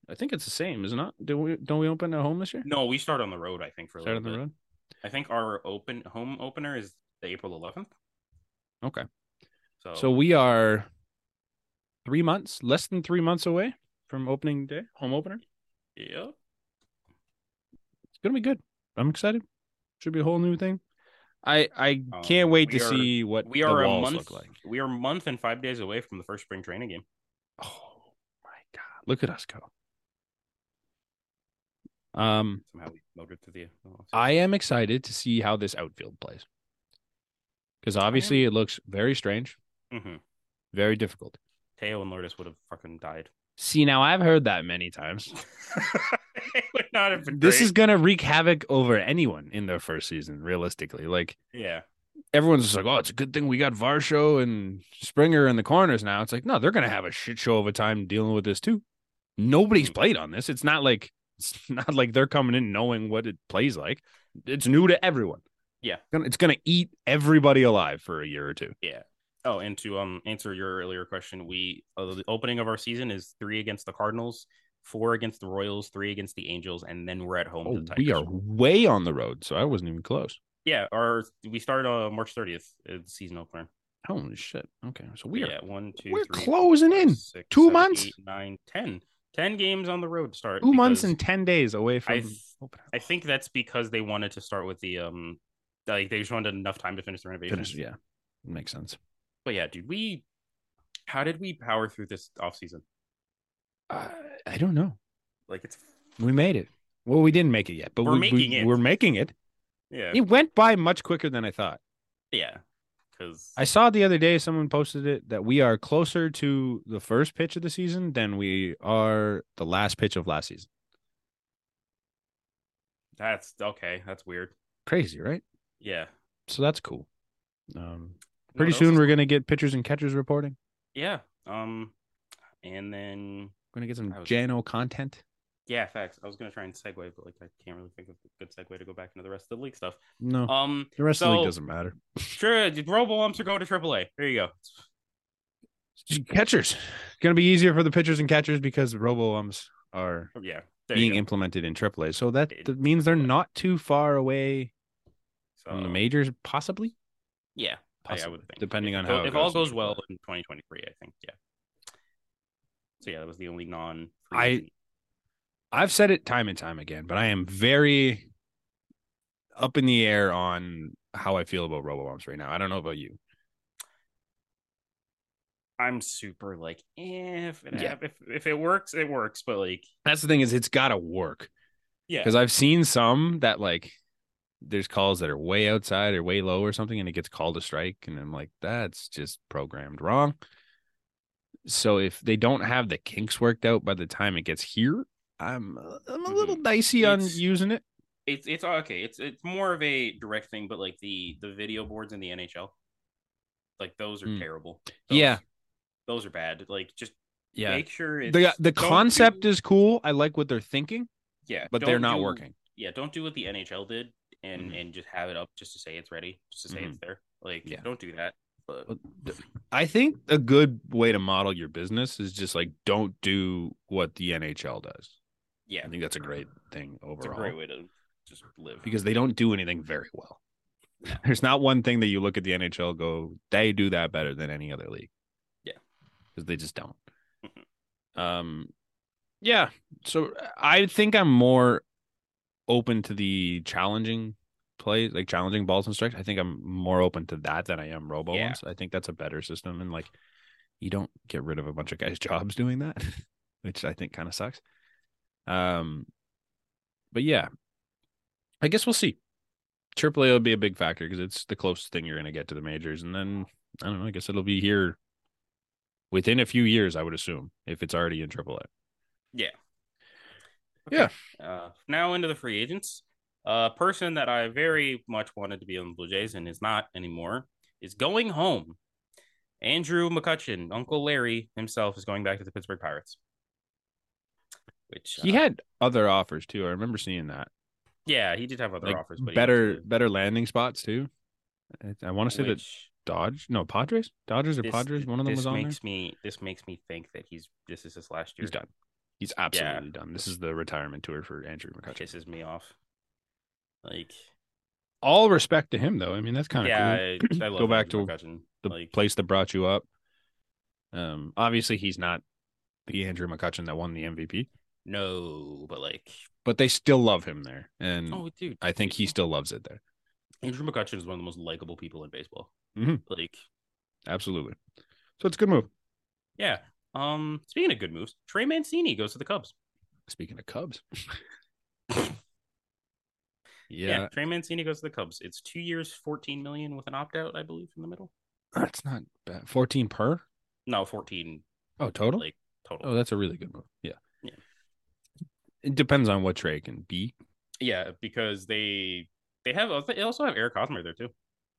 S1: I think it's the same, isn't it? Do we don't we open at home this year?
S2: No, we start on the road. I think for a
S1: Start on
S2: little
S1: the
S2: bit.
S1: road.
S2: I think our open home opener is the April 11th.
S1: Okay.
S2: So,
S1: So we are three months, less than three months away from opening day, home opener.
S2: yeah,
S1: It's gonna be good. I'm excited. Should be a whole new thing. I I
S2: Um,
S1: can't wait
S2: we
S1: to
S2: are-
S1: see what
S2: we
S1: the
S2: are a
S1: walls
S2: month.
S1: look like.
S2: We are a month and five days away from the first spring training game.
S1: Oh my god! Look at us go. Um,
S2: Somehow we motored through the. oh,
S1: I am excited to see how this outfield plays because obviously it looks very strange,
S2: mhm.
S1: very difficult.
S2: Teo and Lourdes would have fucking died.
S1: See, now I've heard that many times.
S2: it would not have been.
S1: This
S2: great.
S1: is gonna wreak havoc over anyone in their first season, realistically. Like
S2: yeah.
S1: everyone's just like, oh, it's a good thing we got Varsho and Springer in the corners now. It's like, no, they're going to have a shit show of a time dealing with this too. Nobody's played on this. It's not like it's not like they're coming in knowing what it plays like. It's new to everyone.
S2: Yeah.
S1: Gonna- It's going to eat everybody alive for a year or two.
S2: Oh, and to um answer your earlier question, we uh, the opening of our season is three against the Cardinals, four against the Royals, three against the Angels, and then we're at home. to
S1: Oh,
S2: the Tigers.
S1: we are way on the road, so I wasn't even close.
S2: Yeah, our we start uh, March thirtieth, uh, the season opener.
S1: Holy shit. Okay. So we are
S2: yeah, one, two,
S1: we're
S2: three,
S1: closing in.
S2: six,
S1: Two
S2: seven,
S1: months?
S2: eight, nine, ten. Ten games on the road to start.
S1: two months
S2: because
S1: and 10 days away from.
S2: I th-
S1: opening.
S2: I think that's because they wanted to start with the um, like they just wanted enough time to finish the renovations.
S1: Finish- Yeah. Makes sense.
S2: But yeah, dude, we how did we power through this offseason?
S1: Uh, I don't know.
S2: Like it's
S1: We made it. Well, we didn't make it yet, but
S2: We're
S1: we,
S2: making
S1: we,
S2: it.
S1: We're making it.
S2: yeah,
S1: It went by much quicker than I thought.
S2: yeah, because
S1: I saw the other day someone posted it that we are closer to the first pitch of the season than we are the last pitch of last season.
S2: that's okay. That's weird.
S1: Crazy, right?
S2: Yeah,
S1: So that's cool. Um,
S2: What
S1: pretty
S2: else
S1: soon
S2: is-
S1: we're gonna get pitchers and catchers reporting.
S2: yeah. Um, and then
S1: We're gonna get some
S2: I was-
S1: Jano content.
S2: yeah, facts. I was gonna try and segue, but like I can't really think of a good segue to go back into the rest of the league stuff.
S1: No,
S2: Um,
S1: the rest of the
S2: so-
S1: league doesn't matter.
S2: sure, Robo umps or go to AAA. There you go.
S1: Catchers gonna be easier for the pitchers and catchers because roboums are
S2: Yeah, there
S1: being
S2: you go.
S1: implemented in AAA. So that,
S2: It-
S1: that means they're not too far away from the
S2: So,
S1: majors, possibly.
S2: Yeah, Um, I- I
S1: Possibly,
S2: would think.
S1: depending
S2: If
S1: on
S2: it go-
S1: how it
S2: if all
S1: goes
S2: goes
S1: in
S2: well
S1: AAA.
S2: in 2023, I think. Yeah. So yeah, that was the only non.
S1: I- I've said it time and time again, but I am very up in the air on how I feel about RoboBombs right now. I don't know about you.
S2: I'm super like eh, if it
S1: Yeah.
S2: hap- if if it works, it works. But like
S1: That's the thing is it's got to work
S2: yeah,
S1: because I've seen some that like there's calls that are way outside or way low or something, and it gets called a strike, and I'm like, that's just programmed wrong. So if they don't have the kinks worked out by the time it gets here, I'm I'm a little dicey on
S2: Mm-hmm. It's-
S1: using it.
S2: it's it's uh, okay. It's it's more of a direct thing, but like the the video boards in the NHL, like those are
S1: Mm.
S2: terrible. Those-
S1: Yeah,
S2: those are bad. Like just
S1: yeah.
S2: make sure it's
S1: the the
S2: don't
S1: concept
S2: do-
S1: is cool. I like what they're thinking,
S2: yeah,
S1: but they're
S2: don't
S1: not
S2: do-
S1: working.
S2: Yeah, don't do what the NHL did and
S1: Mhm.
S2: and just have it up just to say it's ready, just to say
S1: Mhm.
S2: it's there. Like
S1: Yeah.
S2: don't do that. But
S1: I think a good way to model your business is just like don't do what the NHL does.
S2: yeah,
S1: I think that's a great thing
S2: it's a
S1: overall
S2: great way to just live.
S1: because they don't do anything very well. There's not one thing that you look at the NHL and go they do that better than any other league.
S2: Yeah.
S1: because they just don't.
S2: Mhm.
S1: Um, yeah. So I think I'm more open to the challenging play, like challenging balls and strikes. I think I'm more open to that than I am robo
S2: Yeah.
S1: ones. I think that's a better system, and like you don't get rid of a bunch of guys' jobs doing that, which I think kind of sucks. Um, but yeah, I guess we'll see. AAA will be a big factor because it's the closest thing you're going to get to the majors, and then I don't know. I guess it'll be here within a few years, I would assume, if it's already in AAA. Yeah.
S2: Uh, now into the free agents. A person that I very much wanted to be on the Blue Jays and is not anymore is going home. Andrew McCutcheon, Uncle Larry himself, is going back to the Pittsburgh Pirates. Which
S1: He
S2: uh,
S1: had other offers too. I remember seeing that,
S2: yeah, he did have other
S1: like
S2: offers, but he
S1: better
S2: went to-
S1: better landing spots too. I- I want to say that
S2: which
S1: Dodge? No, Padres. Dodgers or
S2: This-
S1: Padres? One of them
S2: this
S1: was on there.
S2: makes me this makes me think that he's this is his last year.
S1: He's done. He's absolutely done. This is the retirement tour for Andrew McCutcheon.
S2: Pisses me off. Like
S1: All respect to him, though. I mean, that's kind of
S2: yeah,
S1: cool.
S2: I, I love
S1: Go back
S2: Andrew
S1: to
S2: McCutcheon.
S1: The
S2: like
S1: place that brought you up. Um, obviously he's not the Andrew McCutcheon that won the MVP,
S2: no, but like
S1: but they still love him there, and
S2: oh dude,
S1: I think he still loves it there.
S2: Andrew McCutcheon is one of the most likable people in baseball.
S1: Mhm.
S2: Like
S1: Absolutely. So it's a good move.
S2: yeah. Um, speaking of good moves, Trey Mancini goes to the Cubs.
S1: Speaking of Cubs.
S2: Yeah.
S1: yeah,
S2: Trey Mancini goes to the Cubs. It's two years, fourteen million with an opt out, I believe, in the middle.
S1: that's not bad. Fourteen per.
S2: No, fourteen
S1: Oh, total.
S2: like total.
S1: Oh, that's a really good move. Yeah.
S2: Yeah.
S1: It depends on what Trey can be.
S2: Yeah, because they they have they also have Eric Hosmer there too.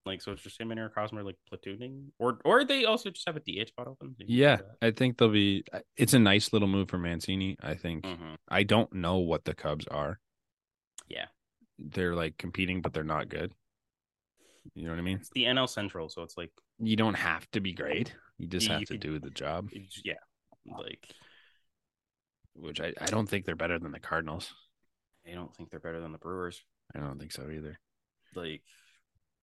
S2: Like so, it's just him and Eric Hosmer like platooning, or or they also just have a DH spot open. They can do
S1: Yeah,
S2: that.
S1: I think they'll be. It's a nice little move for Mancini. I think.
S2: Mhm.
S1: I don't know what the Cubs are.
S2: Yeah.
S1: They're like competing, but they're not good. You know what I mean?
S2: It's the NL Central, so it's like
S1: You don't have to be great. You just
S2: Yeah,
S1: have
S2: you
S1: to
S2: could-
S1: do the job,
S2: it's- yeah, like
S1: which I, I don't think they're better than the Cardinals.
S2: I don't think they're better than the Brewers.
S1: I don't think so either.
S2: Like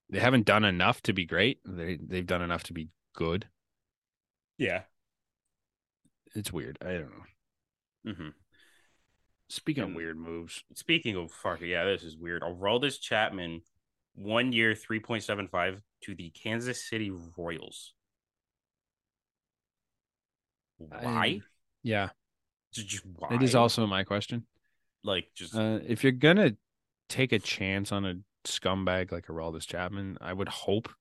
S1: They haven't done enough to be great. They they've done enough to be good.
S2: yeah,
S1: It's weird. I don't know.
S2: hmm
S1: Speaking of
S2: And-
S1: weird moves,
S2: speaking of fucker, yeah, this is weird. Aroldis Chapman, one year, three point seven five to the Kansas City Royals. Why?
S1: I- yeah,
S2: Just- just why?
S1: It is also my question.
S2: like just
S1: Uh, if you're gonna take a chance on a scumbag like Araldus Chapman, I would hope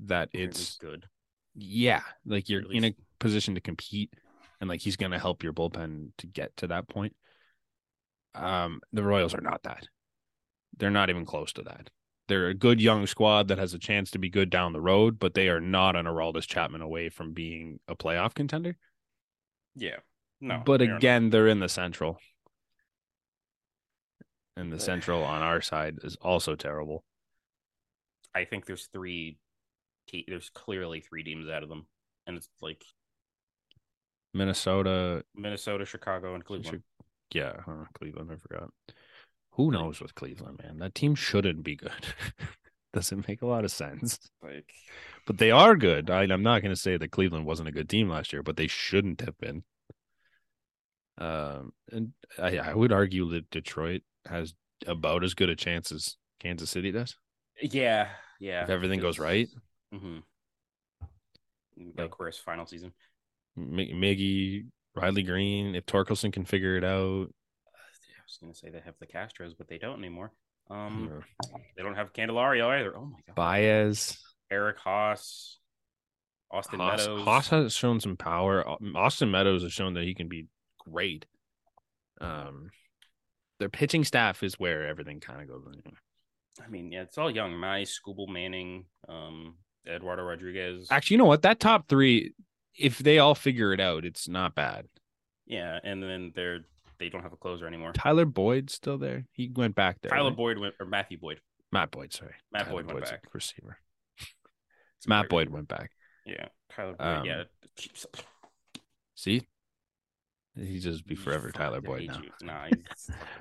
S1: that
S2: really
S1: it's
S2: good.
S1: yeah, like you're
S2: Really
S1: in a
S2: s-
S1: position to compete, and like he's gonna help your bullpen to get to that point. Um, the Royals are not that. They're not even close to that. They're a good young squad that has a chance to be good down the road, but they are not an Araldus Chapman away from being a playoff contender.
S2: Yeah. No.
S1: but
S2: they are not.
S1: again, they're in the central. And the central on our side is also terrible.
S2: I think there's three. Te- there's clearly three teams out of them, and it's like
S1: Minnesota,
S2: Minnesota, Chicago, and Cleveland.
S1: yeah, huh, Cleveland, I forgot. Who knows with Cleveland, man? That team shouldn't be good. Doesn't make a lot of sense.
S2: Like,
S1: But they are good. I, I'm not going to say that Cleveland wasn't a good team last year, but they shouldn't have been. Um, and I, I would argue that Detroit has about as good a chance as Kansas City does
S2: yeah, yeah.
S1: if everything goes
S2: because-
S1: right.
S2: Mhm. Like,
S1: Like-
S2: of course, final season.
S1: Mi- Miggy, Riley Green, if Torkelson can figure it out.
S2: I was gonna say they have the Castros, but they don't anymore. Um,
S1: Mm-hmm.
S2: they don't have Candelario either. Oh my god,
S1: Baez.
S2: Eric Haas, Austin
S1: Haas,
S2: Meadows.
S1: Haas has shown some power. Au- Austin Meadows has shown that he can be great. Um, their pitching staff is where everything kind of goes.
S2: I mean, yeah, it's all young. My Scooble Manning, um, Eduardo Rodriguez.
S1: Actually, you know what? That top three, if they all figure it out, it's not bad.
S2: yeah, and then they're they don't have a closer anymore.
S1: Tyler Boyd's still there. He went back there.
S2: Tyler
S1: right?
S2: Boyd went or Matthew Boyd.
S1: Matt Boyd, sorry.
S2: Matt
S1: Tyler
S2: Boyd went
S1: Boyd's a
S2: back.
S1: Receiver. Matt Boyd went back.
S2: Yeah, Tyler Boyd.
S1: Um,
S2: yeah,
S1: See, he just be forever Tyler Boyd now.
S2: Nah, Matt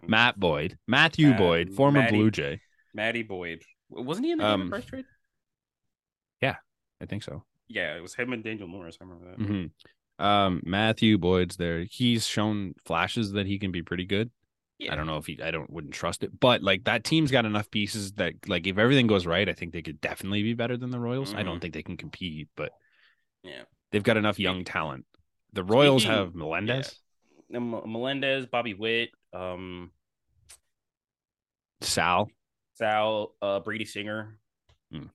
S1: Matt Boyd, Matthew
S2: Uh,
S1: Boyd, former
S2: Matty-
S1: Blue Jay.
S2: Matty Boyd wasn't he in the um,
S1: Um,
S2: first trade?
S1: I think so.
S2: Yeah, it was him and Daniel Morris. I remember that.
S1: hmm Um, Matthew Boyd's there. He's shown flashes that he can be pretty good.
S2: Yeah.
S1: I don't know if he, I don't, wouldn't trust it, but like that team's got enough pieces that, like, if everything goes right, I think they could definitely be better than the Royals. I don't
S2: Mhm.
S1: think they can compete, but
S2: Yeah.
S1: they've got enough young talent. The Royals
S2: Speaking-
S1: have Melendez,
S2: And M- Melendez, Bobby Witt, um,
S1: Sal.
S2: Sal, uh, Brady Singer,
S1: Hmm.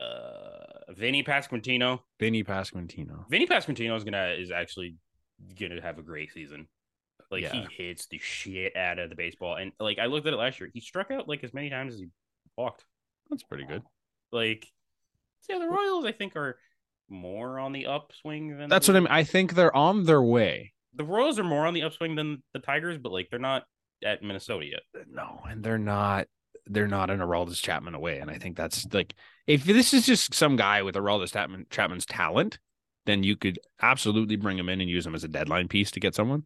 S2: uh, Vinny Pasquantino.
S1: Vinny Pasquantino.
S2: Vinny Pasquantino is gonna is actually gonna have a great season. Like
S1: Yeah.
S2: he hits the shit out of the baseball, and like I looked at it last year, he struck out like as many times as he walked.
S1: That's pretty good.
S2: Like, yeah, the Royals I think are more on the upswing than
S1: That's
S2: the,
S1: what I mean. I think they're on their way.
S2: The Royals are more on the upswing than the Tigers, but like they're not at Minnesota yet.
S1: No, and they're not. they're not an Araldus Chapman away. And I think that's like if this is just some guy with Araldus Chapman Chapman's talent, then you could absolutely bring him in and use him as a deadline piece to get someone.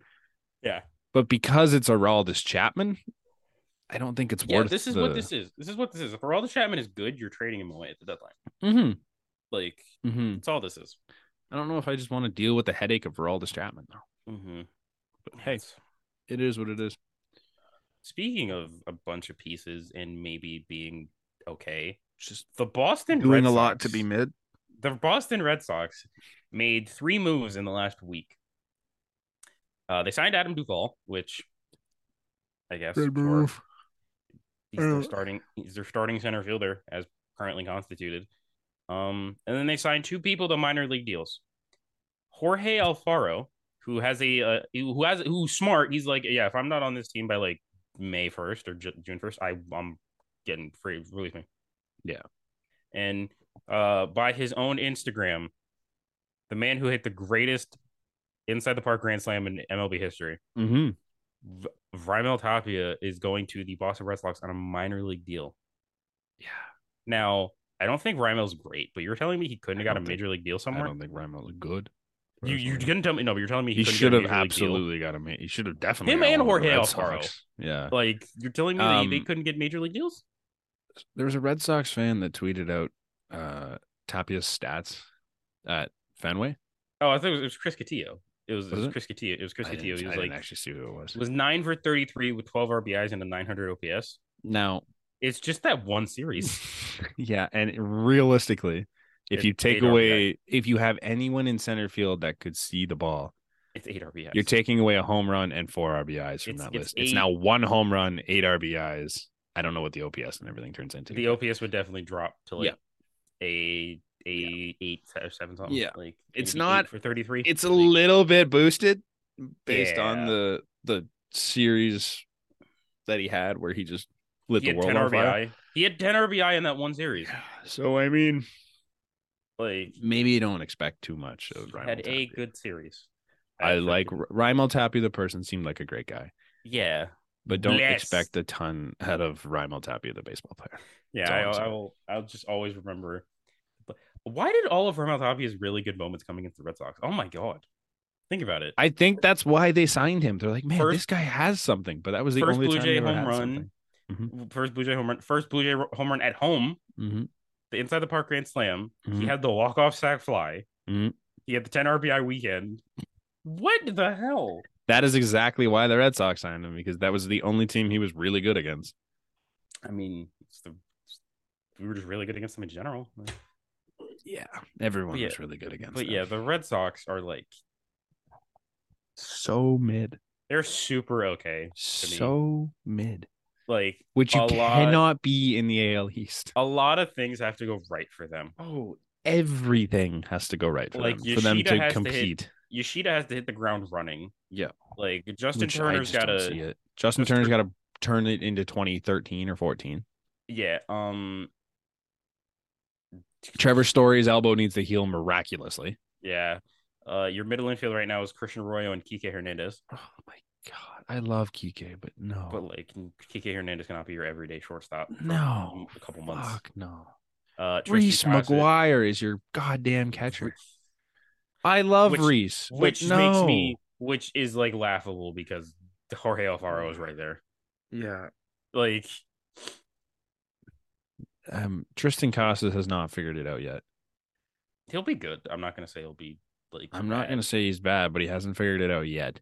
S2: Yeah.
S1: But because it's Araldus Chapman, I don't think it's
S2: Yeah,
S1: worth
S2: this is
S1: the-
S2: what this is. This is what this is. If Araldus Chapman is good, you're trading him away at the deadline.
S1: Mhm,
S2: Like
S1: mhm.
S2: that's all this is.
S1: I don't know if I just want to deal with the headache of Araldus Chapman though.
S2: Mm-hmm. But
S1: hey. It is what it is.
S2: speaking of a bunch of pieces and maybe being okay,
S1: Just
S2: the Boston
S1: doing
S2: Red
S1: a lot to
S2: Sox-
S1: be mid.
S2: the Boston Red Sox made three moves in the last week. Uh, they signed Adam Duvall, which I guess for- he's
S1: I
S2: their
S1: don't-
S2: starting he's their starting center fielder as currently constituted. Um, and then they signed two people to minor league deals. Jorge Alfaro, who has a uh, who has who's smart. He's like, yeah, if I'm not on this team by like May first or Ju- June first, I I'm getting free. Release me.
S1: Yeah.
S2: And uh, by his own Instagram, the man who hit the greatest inside the park grand slam in MLB history.
S1: Mm-hmm.
S2: V- Vrymel Tapia is going to the Boston Red Sox on a minor league deal.
S1: Yeah.
S2: Now, I don't think Rymel's great, but you're telling me he couldn't
S1: I
S2: have got a
S1: don't think-
S2: major league deal
S1: I
S2: somewhere.
S1: don't think Rymel looked good.
S2: You you
S1: personally.
S2: couldn't tell me no, but you're telling me
S1: he
S2: he, couldn't get
S1: should
S2: a
S1: have
S2: major league deal?
S1: absolutely got him. He should have definitely
S2: Him
S1: got
S2: and
S1: one with the
S2: Jorge
S1: Red
S2: Alfaro.
S1: Sox. Yeah,
S2: Like you're telling me they, they
S1: Um,
S2: couldn't get major league deals?
S1: there was a Red Sox fan that tweeted out uh Tapia's stats at Fenway.
S2: Oh, I thought it was, it was Chris Cotillo. It was,
S1: Was
S2: it was
S1: it?
S2: Chris Cotillo. It was Chris
S1: I
S2: Cotillo.
S1: didn't,
S2: He
S1: I
S2: was
S1: didn't
S2: like
S1: actually see who it was.
S2: was nine for thirty three with twelve RBIs and a nine hundred OPS.
S1: Now,
S2: It's just that one series.
S1: yeah, and realistically, if
S2: It's
S1: you take
S2: eight RBI.
S1: away, if you have anyone in center field that could see the ball,
S2: It's eight RBIs.
S1: you're taking away a home run and four RBIs from
S2: It's-
S1: that
S2: it's
S1: list. It's
S2: eight-
S1: now one home run, eight RBIs. I don't know what the OPS and everything turns into.
S2: the OPS would definitely drop to like
S1: Yeah.
S2: a a eight or seven something.
S1: Yeah.
S2: like
S1: It's
S2: maybe eight
S1: not-
S2: for thirty three.
S1: it's a little bit boosted based on
S2: Yeah.
S1: the the series that he had where he just lit
S2: He
S1: the
S2: had
S1: world
S2: ten
S1: on
S2: RBI.
S1: fire.
S2: He had ten RBI in that one series.
S1: So I mean,
S2: Like
S1: maybe you don't expect too much of
S2: he
S1: Ryan.
S2: had a good series.
S1: I
S2: At
S1: like
S2: 13.
S1: Rymel Tappy. The person seemed like a great guy,
S2: Yeah,
S1: but don't
S2: Bless.
S1: expect a ton out of Rymel Tappy, the baseball player.
S2: yeah.
S1: That's all
S2: I,
S1: I'm
S2: I
S1: saying.
S2: will. I'll just always remember. But why did all of Ramel Tapia's really good moments come against the Red Sox? Oh my god! Think about it.
S1: I think that's why they signed him. They're like, man,
S2: First-
S1: this guy has something. But that was the
S2: first
S1: only
S2: Blue
S1: time
S2: Jay
S1: they ever
S2: home
S1: had
S2: run.
S1: something.
S2: First Blue Jay home run. First Blue Jay home run at home.
S1: Mhm.
S2: The inside the park grand slam. He
S1: Mhm.
S2: had the walk off sack fly.
S1: Mhm.
S2: He had the ten RBI weekend. What the hell?
S1: That is exactly why the Red Sox signed him because that was the only team he was really good against.
S2: I mean, it's the, we were just really good against them in general.
S1: yeah, everyone
S2: But yeah-
S1: was really good against.
S2: But
S1: them.
S2: yeah, the Red Sox are like
S1: so mid,
S2: they're super okay.
S1: so mid,
S2: Like
S1: which you
S2: A lot-
S1: cannot be in the AL East.
S2: a lot of things have to go right for them.
S1: Oh, everything has to go right for
S2: Like,
S1: them for them
S2: Yoshida
S1: to
S2: has to hit-
S1: compete.
S2: Yoshida has to hit the ground running.
S1: Yeah.
S2: Like Justin
S1: which I
S2: Turner's
S1: just
S2: got
S1: don't
S2: to
S1: see it. Justin
S2: Justin
S1: Turner's
S2: Tur-
S1: got to turn it into 2013 or 14.
S2: yeah. Um.
S1: Trevor Story's elbow needs to heal miraculously.
S2: Yeah. Uh, your middle infield right now is Christian Arroyo and Kike Hernandez,
S1: Oh my god, I love Kike, but no,
S2: but like Kike Hernandez cannot be your everyday shortstop. for
S1: no,
S2: a couple months.
S1: Fuck no.
S2: Uh,
S1: Reese
S2: Tristan Thompson-
S1: McGuire is your goddamn catcher. I love
S2: Which-
S1: Reese, but
S2: which
S1: no.
S2: makes me which is like laughable because Jorge Alfaro is right there.
S1: yeah.
S2: Like
S1: Um, Tristan Casas has not figured it out yet.
S2: he'll be good. I'm not gonna say he'll be like
S1: I'm not
S2: bad.
S1: gonna say he's bad, but he hasn't figured it out yet.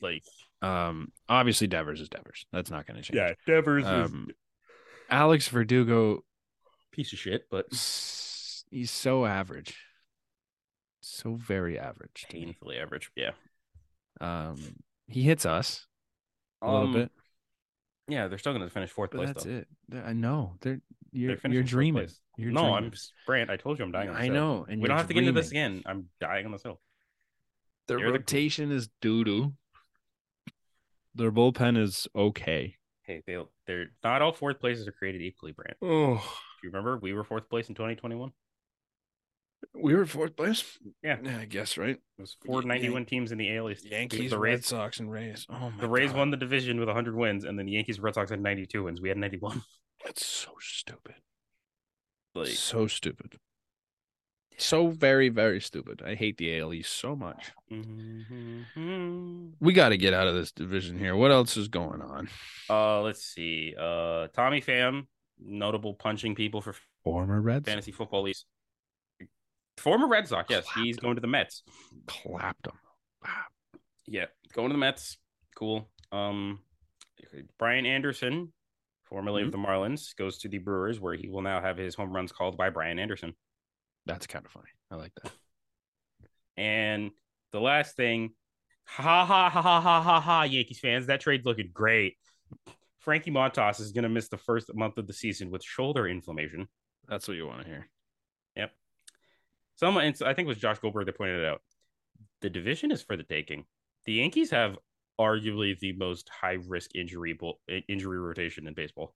S2: like
S1: Um, obviously Devers is Devers. That's not gonna change.
S2: Devers
S1: Um, Alex Verdugo
S2: piece of shit, but
S1: s- he's so average so very average to me.
S2: painfully average. Yeah.
S1: um he hits us a
S2: Um,
S1: little bit
S2: Yeah, they're still gonna finish fourth
S1: but
S2: place
S1: that's
S2: though.
S1: it They're- i know they're you're,
S2: finishing
S1: you're
S2: fourth
S1: dreaming
S2: place.
S1: you're
S2: no,
S1: dreaming.
S2: I'm just- Brant. I told you I'm dying. On this
S1: i
S2: hill.
S1: know and
S2: We don't
S1: you're
S2: have to get into this
S1: dreaming.
S2: again. I'm dying on this hill.
S1: their
S2: They're the-
S1: rotation is doo-doo their bullpen is okay
S2: Hey, they they're not all fourth places are created equally, Brant.
S1: oh
S2: Do you remember we were fourth place in 2021? It
S1: we were fourth place
S2: Yeah.
S1: i guess right
S2: was
S1: Yan-
S2: 491 teams in the AL East. the Rays,
S1: sox and rays oh my
S2: The Rays won the division with 100 wins, and then the Yankees, Red Sox had 92 wins. We had 91.
S1: That's so stupid.
S2: Like,
S1: so stupid. So very, very stupid. I hate the ALE so much.
S2: mhm.
S1: We got to get out of this division here. What else is going on?
S2: uh, let's see. Uh, Tommy Pham, notable punching people for
S1: Former Reds
S2: fantasy football leagues. Former Red Sox, yes, he's going to the Mets.
S1: clapped him.
S2: Yeah, going to the Mets. Cool. Um, Brian Anderson, formerly of the Marlins, goes to the Brewers, where he will now have his home runs called by Brian Anderson.
S1: That's kind of funny. I like that.
S2: And the last thing, ha ha ha ha ha ha ha, Yankees fans, that trade's looking great. Frankie Montas is going to miss the first month of the season with shoulder inflammation.
S1: That's what you want to hear.
S2: Someone, and so I think it was Josh Goldberg that pointed it out. The division is for the taking. The Yankees have arguably the most high risk injury bo- injury rotation in baseball.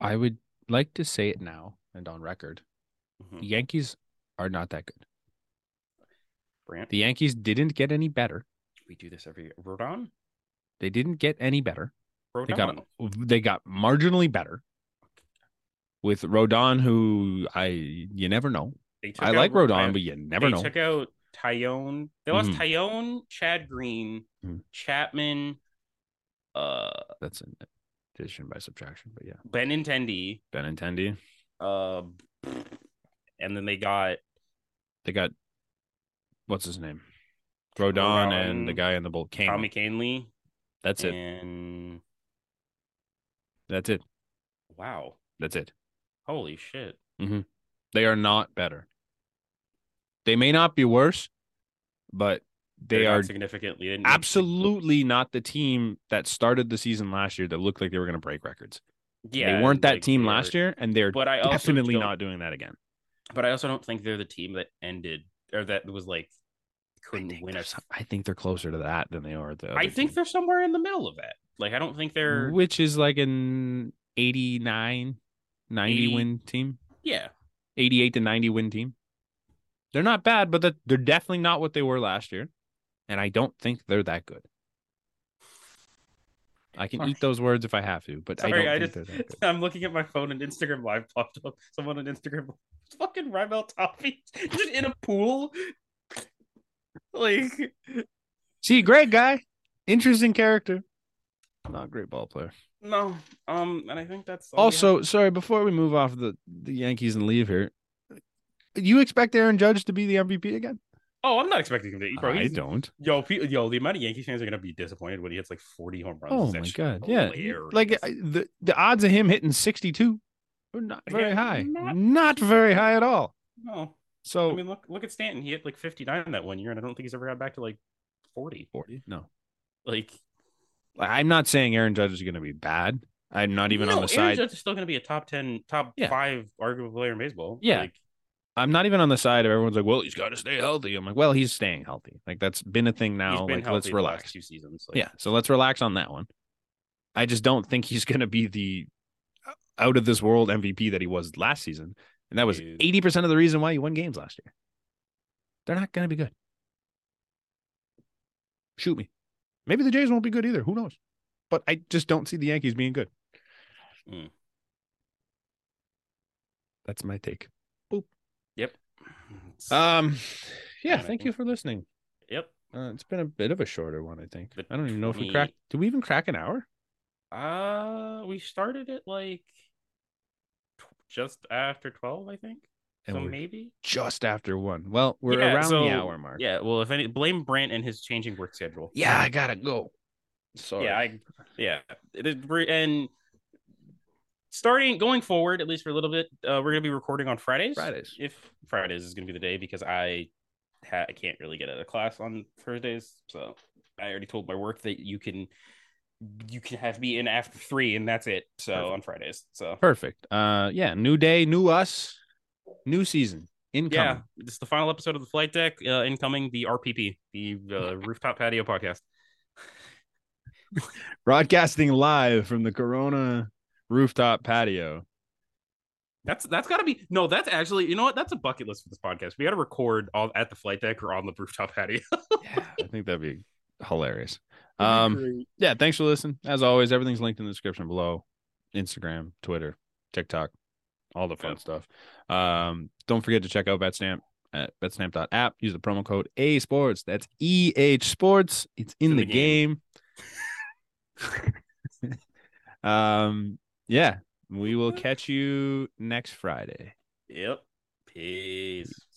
S1: I would like to say it now and on record. The Yankees are not that good.
S2: Brant,
S1: The Yankees didn't get any better.
S2: we do this every year. Rodon,
S1: They didn't get any better. They got
S2: Rodon.
S1: they got marginally better with Rodon, who I you never know.
S2: They took
S1: I
S2: out
S1: like
S2: Ro-
S1: Rodon, but you never
S2: they
S1: know.
S2: took out Tyone. They lost
S1: Mhm.
S2: Tyone, Chad Green,
S1: Mhm.
S2: Chapman, uh,
S1: That's an addition by subtraction, but yeah.
S2: Benintendi,
S1: Benintendi.
S2: uh, and then they got
S1: They got what's his name? Rodon, and the
S2: Rodon,
S1: guy in the bull Kane.
S2: Tommy Canley.
S1: That's it.
S2: And
S1: That's it.
S2: wow,
S1: That's it.
S2: holy shit!
S1: They are not better. They may not be worse, but they
S2: They're not
S1: are
S2: significantly they didn't make-
S1: absolutely not the team that started the season last year that looked like they were going to break records.
S2: Yeah,
S1: they weren't
S2: and,
S1: that
S2: like,
S1: team
S2: they
S1: last
S2: were-
S1: year, and they're
S2: But I also
S1: definitely
S2: don't-
S1: not doing that again.
S2: But I also don't think they're the team that ended or that was like couldn't win
S1: they're,
S2: a
S1: so- I think they're closer to that than they are the.
S2: I
S1: other
S2: think
S1: team.
S2: they're somewhere in the middle of that. Like I don't think they're
S1: which is like an 89, 90
S2: 80
S1: win team,
S2: yeah.
S1: eighty-eight to ninety win team. They're not bad, but that they're definitely not what they were last year, and I don't think they're that good. I can
S2: Sorry.
S1: eat those words if I have to, but I
S2: Sorry,
S1: don't
S2: I,
S1: think
S2: just
S1: they're that good.
S2: I'm looking at my phone and Instagram live popped up. Someone on Instagram fucking Rymel Toffee just in a pool. Like
S1: See, great guy, interesting character, not a great ball player.
S2: no. Um and I think that's all we have.
S1: Also, sorry, before we move off the, the Yankees and leave here, you expect Aaron Judge to be the MVP again?
S2: Oh, I'm not expecting him to eat, bro.
S1: I
S2: he's-
S1: don't.
S2: Yo, pe- yo, the amount of Yankees fans are gonna be disappointed when he hits like 40 home runs.
S1: Oh
S2: That
S1: my
S2: shit
S1: god. Yeah.
S2: hilarious.
S1: Like I- the the odds of him hitting 62 are not very
S2: Yeah,
S1: high. Not,
S2: not-
S1: very high at all.
S2: no.
S1: So
S2: I mean, look, look at Stanton. He hit like 59 that one year, and I don't think he's ever got back to like 40.
S1: 40? No.
S2: Like,
S1: Like, I'm not saying Aaron Judge is going to be bad. I'm not even on
S2: no,
S1: the
S2: Aaron
S1: side
S2: Judge is still going to be a top 10, top
S1: Yeah.
S2: five arguable player in baseball.
S1: Yeah.
S2: Like,
S1: I'm not even on the side of everyone's like, "Well, he's got to stay healthy." I'm like, "Well, he's staying healthy." Like that's been a thing
S2: he's
S1: now.
S2: been
S1: Like
S2: healthy
S1: let's
S2: the last
S1: relax.
S2: two seasons. Like,
S1: yeah so let's relax on that one i just don't think he's going to be the out of this world mvp that he was last season and that was
S2: Dude.
S1: 80% of the reason why he won games last year they're not going to be good shoot me maybe the jays won't be good either who knows but i just don't see the yankees being good
S2: Mm.
S1: that's my take
S2: Yep.
S1: um yeah
S2: Yeah, I
S1: thank
S2: think-
S1: you for listening
S2: yep.
S1: uh, it's been a bit of a shorter one i think
S2: The
S1: i don't even know if we
S2: 20
S1: cracked did we even crack an hour
S2: Uh, we started at like tw- just after 12, I think.
S1: And
S2: so
S1: we're
S2: maybe.
S1: just after one. Well, we're
S2: Yeah,
S1: around
S2: so-
S1: the hour mark.
S2: Yeah. Well, if any, blame Brant and his changing work schedule.
S1: Yeah, I gotta go. Sorry.
S2: Yeah, I, yeah, It is- we're- and starting going forward, at least for a little bit, uh, we're gonna be recording on Fridays.
S1: Fridays.
S2: if Fridays is gonna be the day because I, ha- I can't really get out of class on Thursdays, so I already told my work that you can, you can have me in after three, and that's it. So
S1: Perfect.
S2: on Fridays, so
S1: Perfect. Uh, yeah, new day, new us, new season.
S2: yeah,
S1: Incoming.
S2: this is the final episode of the flight deck. Uh, incoming the RPP, the uh, rooftop patio podcast.
S1: Broadcasting live from the Corona rooftop patio.
S2: That's that's gotta be no. That's actually you know what? That's a bucket list for this podcast. We gotta record all at the flight deck or on the rooftop patio.
S1: yeah, I think that'd be hilarious. Um, yeah, thanks for listening. As always, everything's linked in the description below. Instagram, Twitter, TikTok, all the fun
S2: Yeah.
S1: stuff. Um, don't forget to check out BetStamp at betstamp.app. Use the promo code A Sports. That's E H Sports. It's in, the, game. um, yeah, we will catch you next Friday.
S2: Yep. Peace.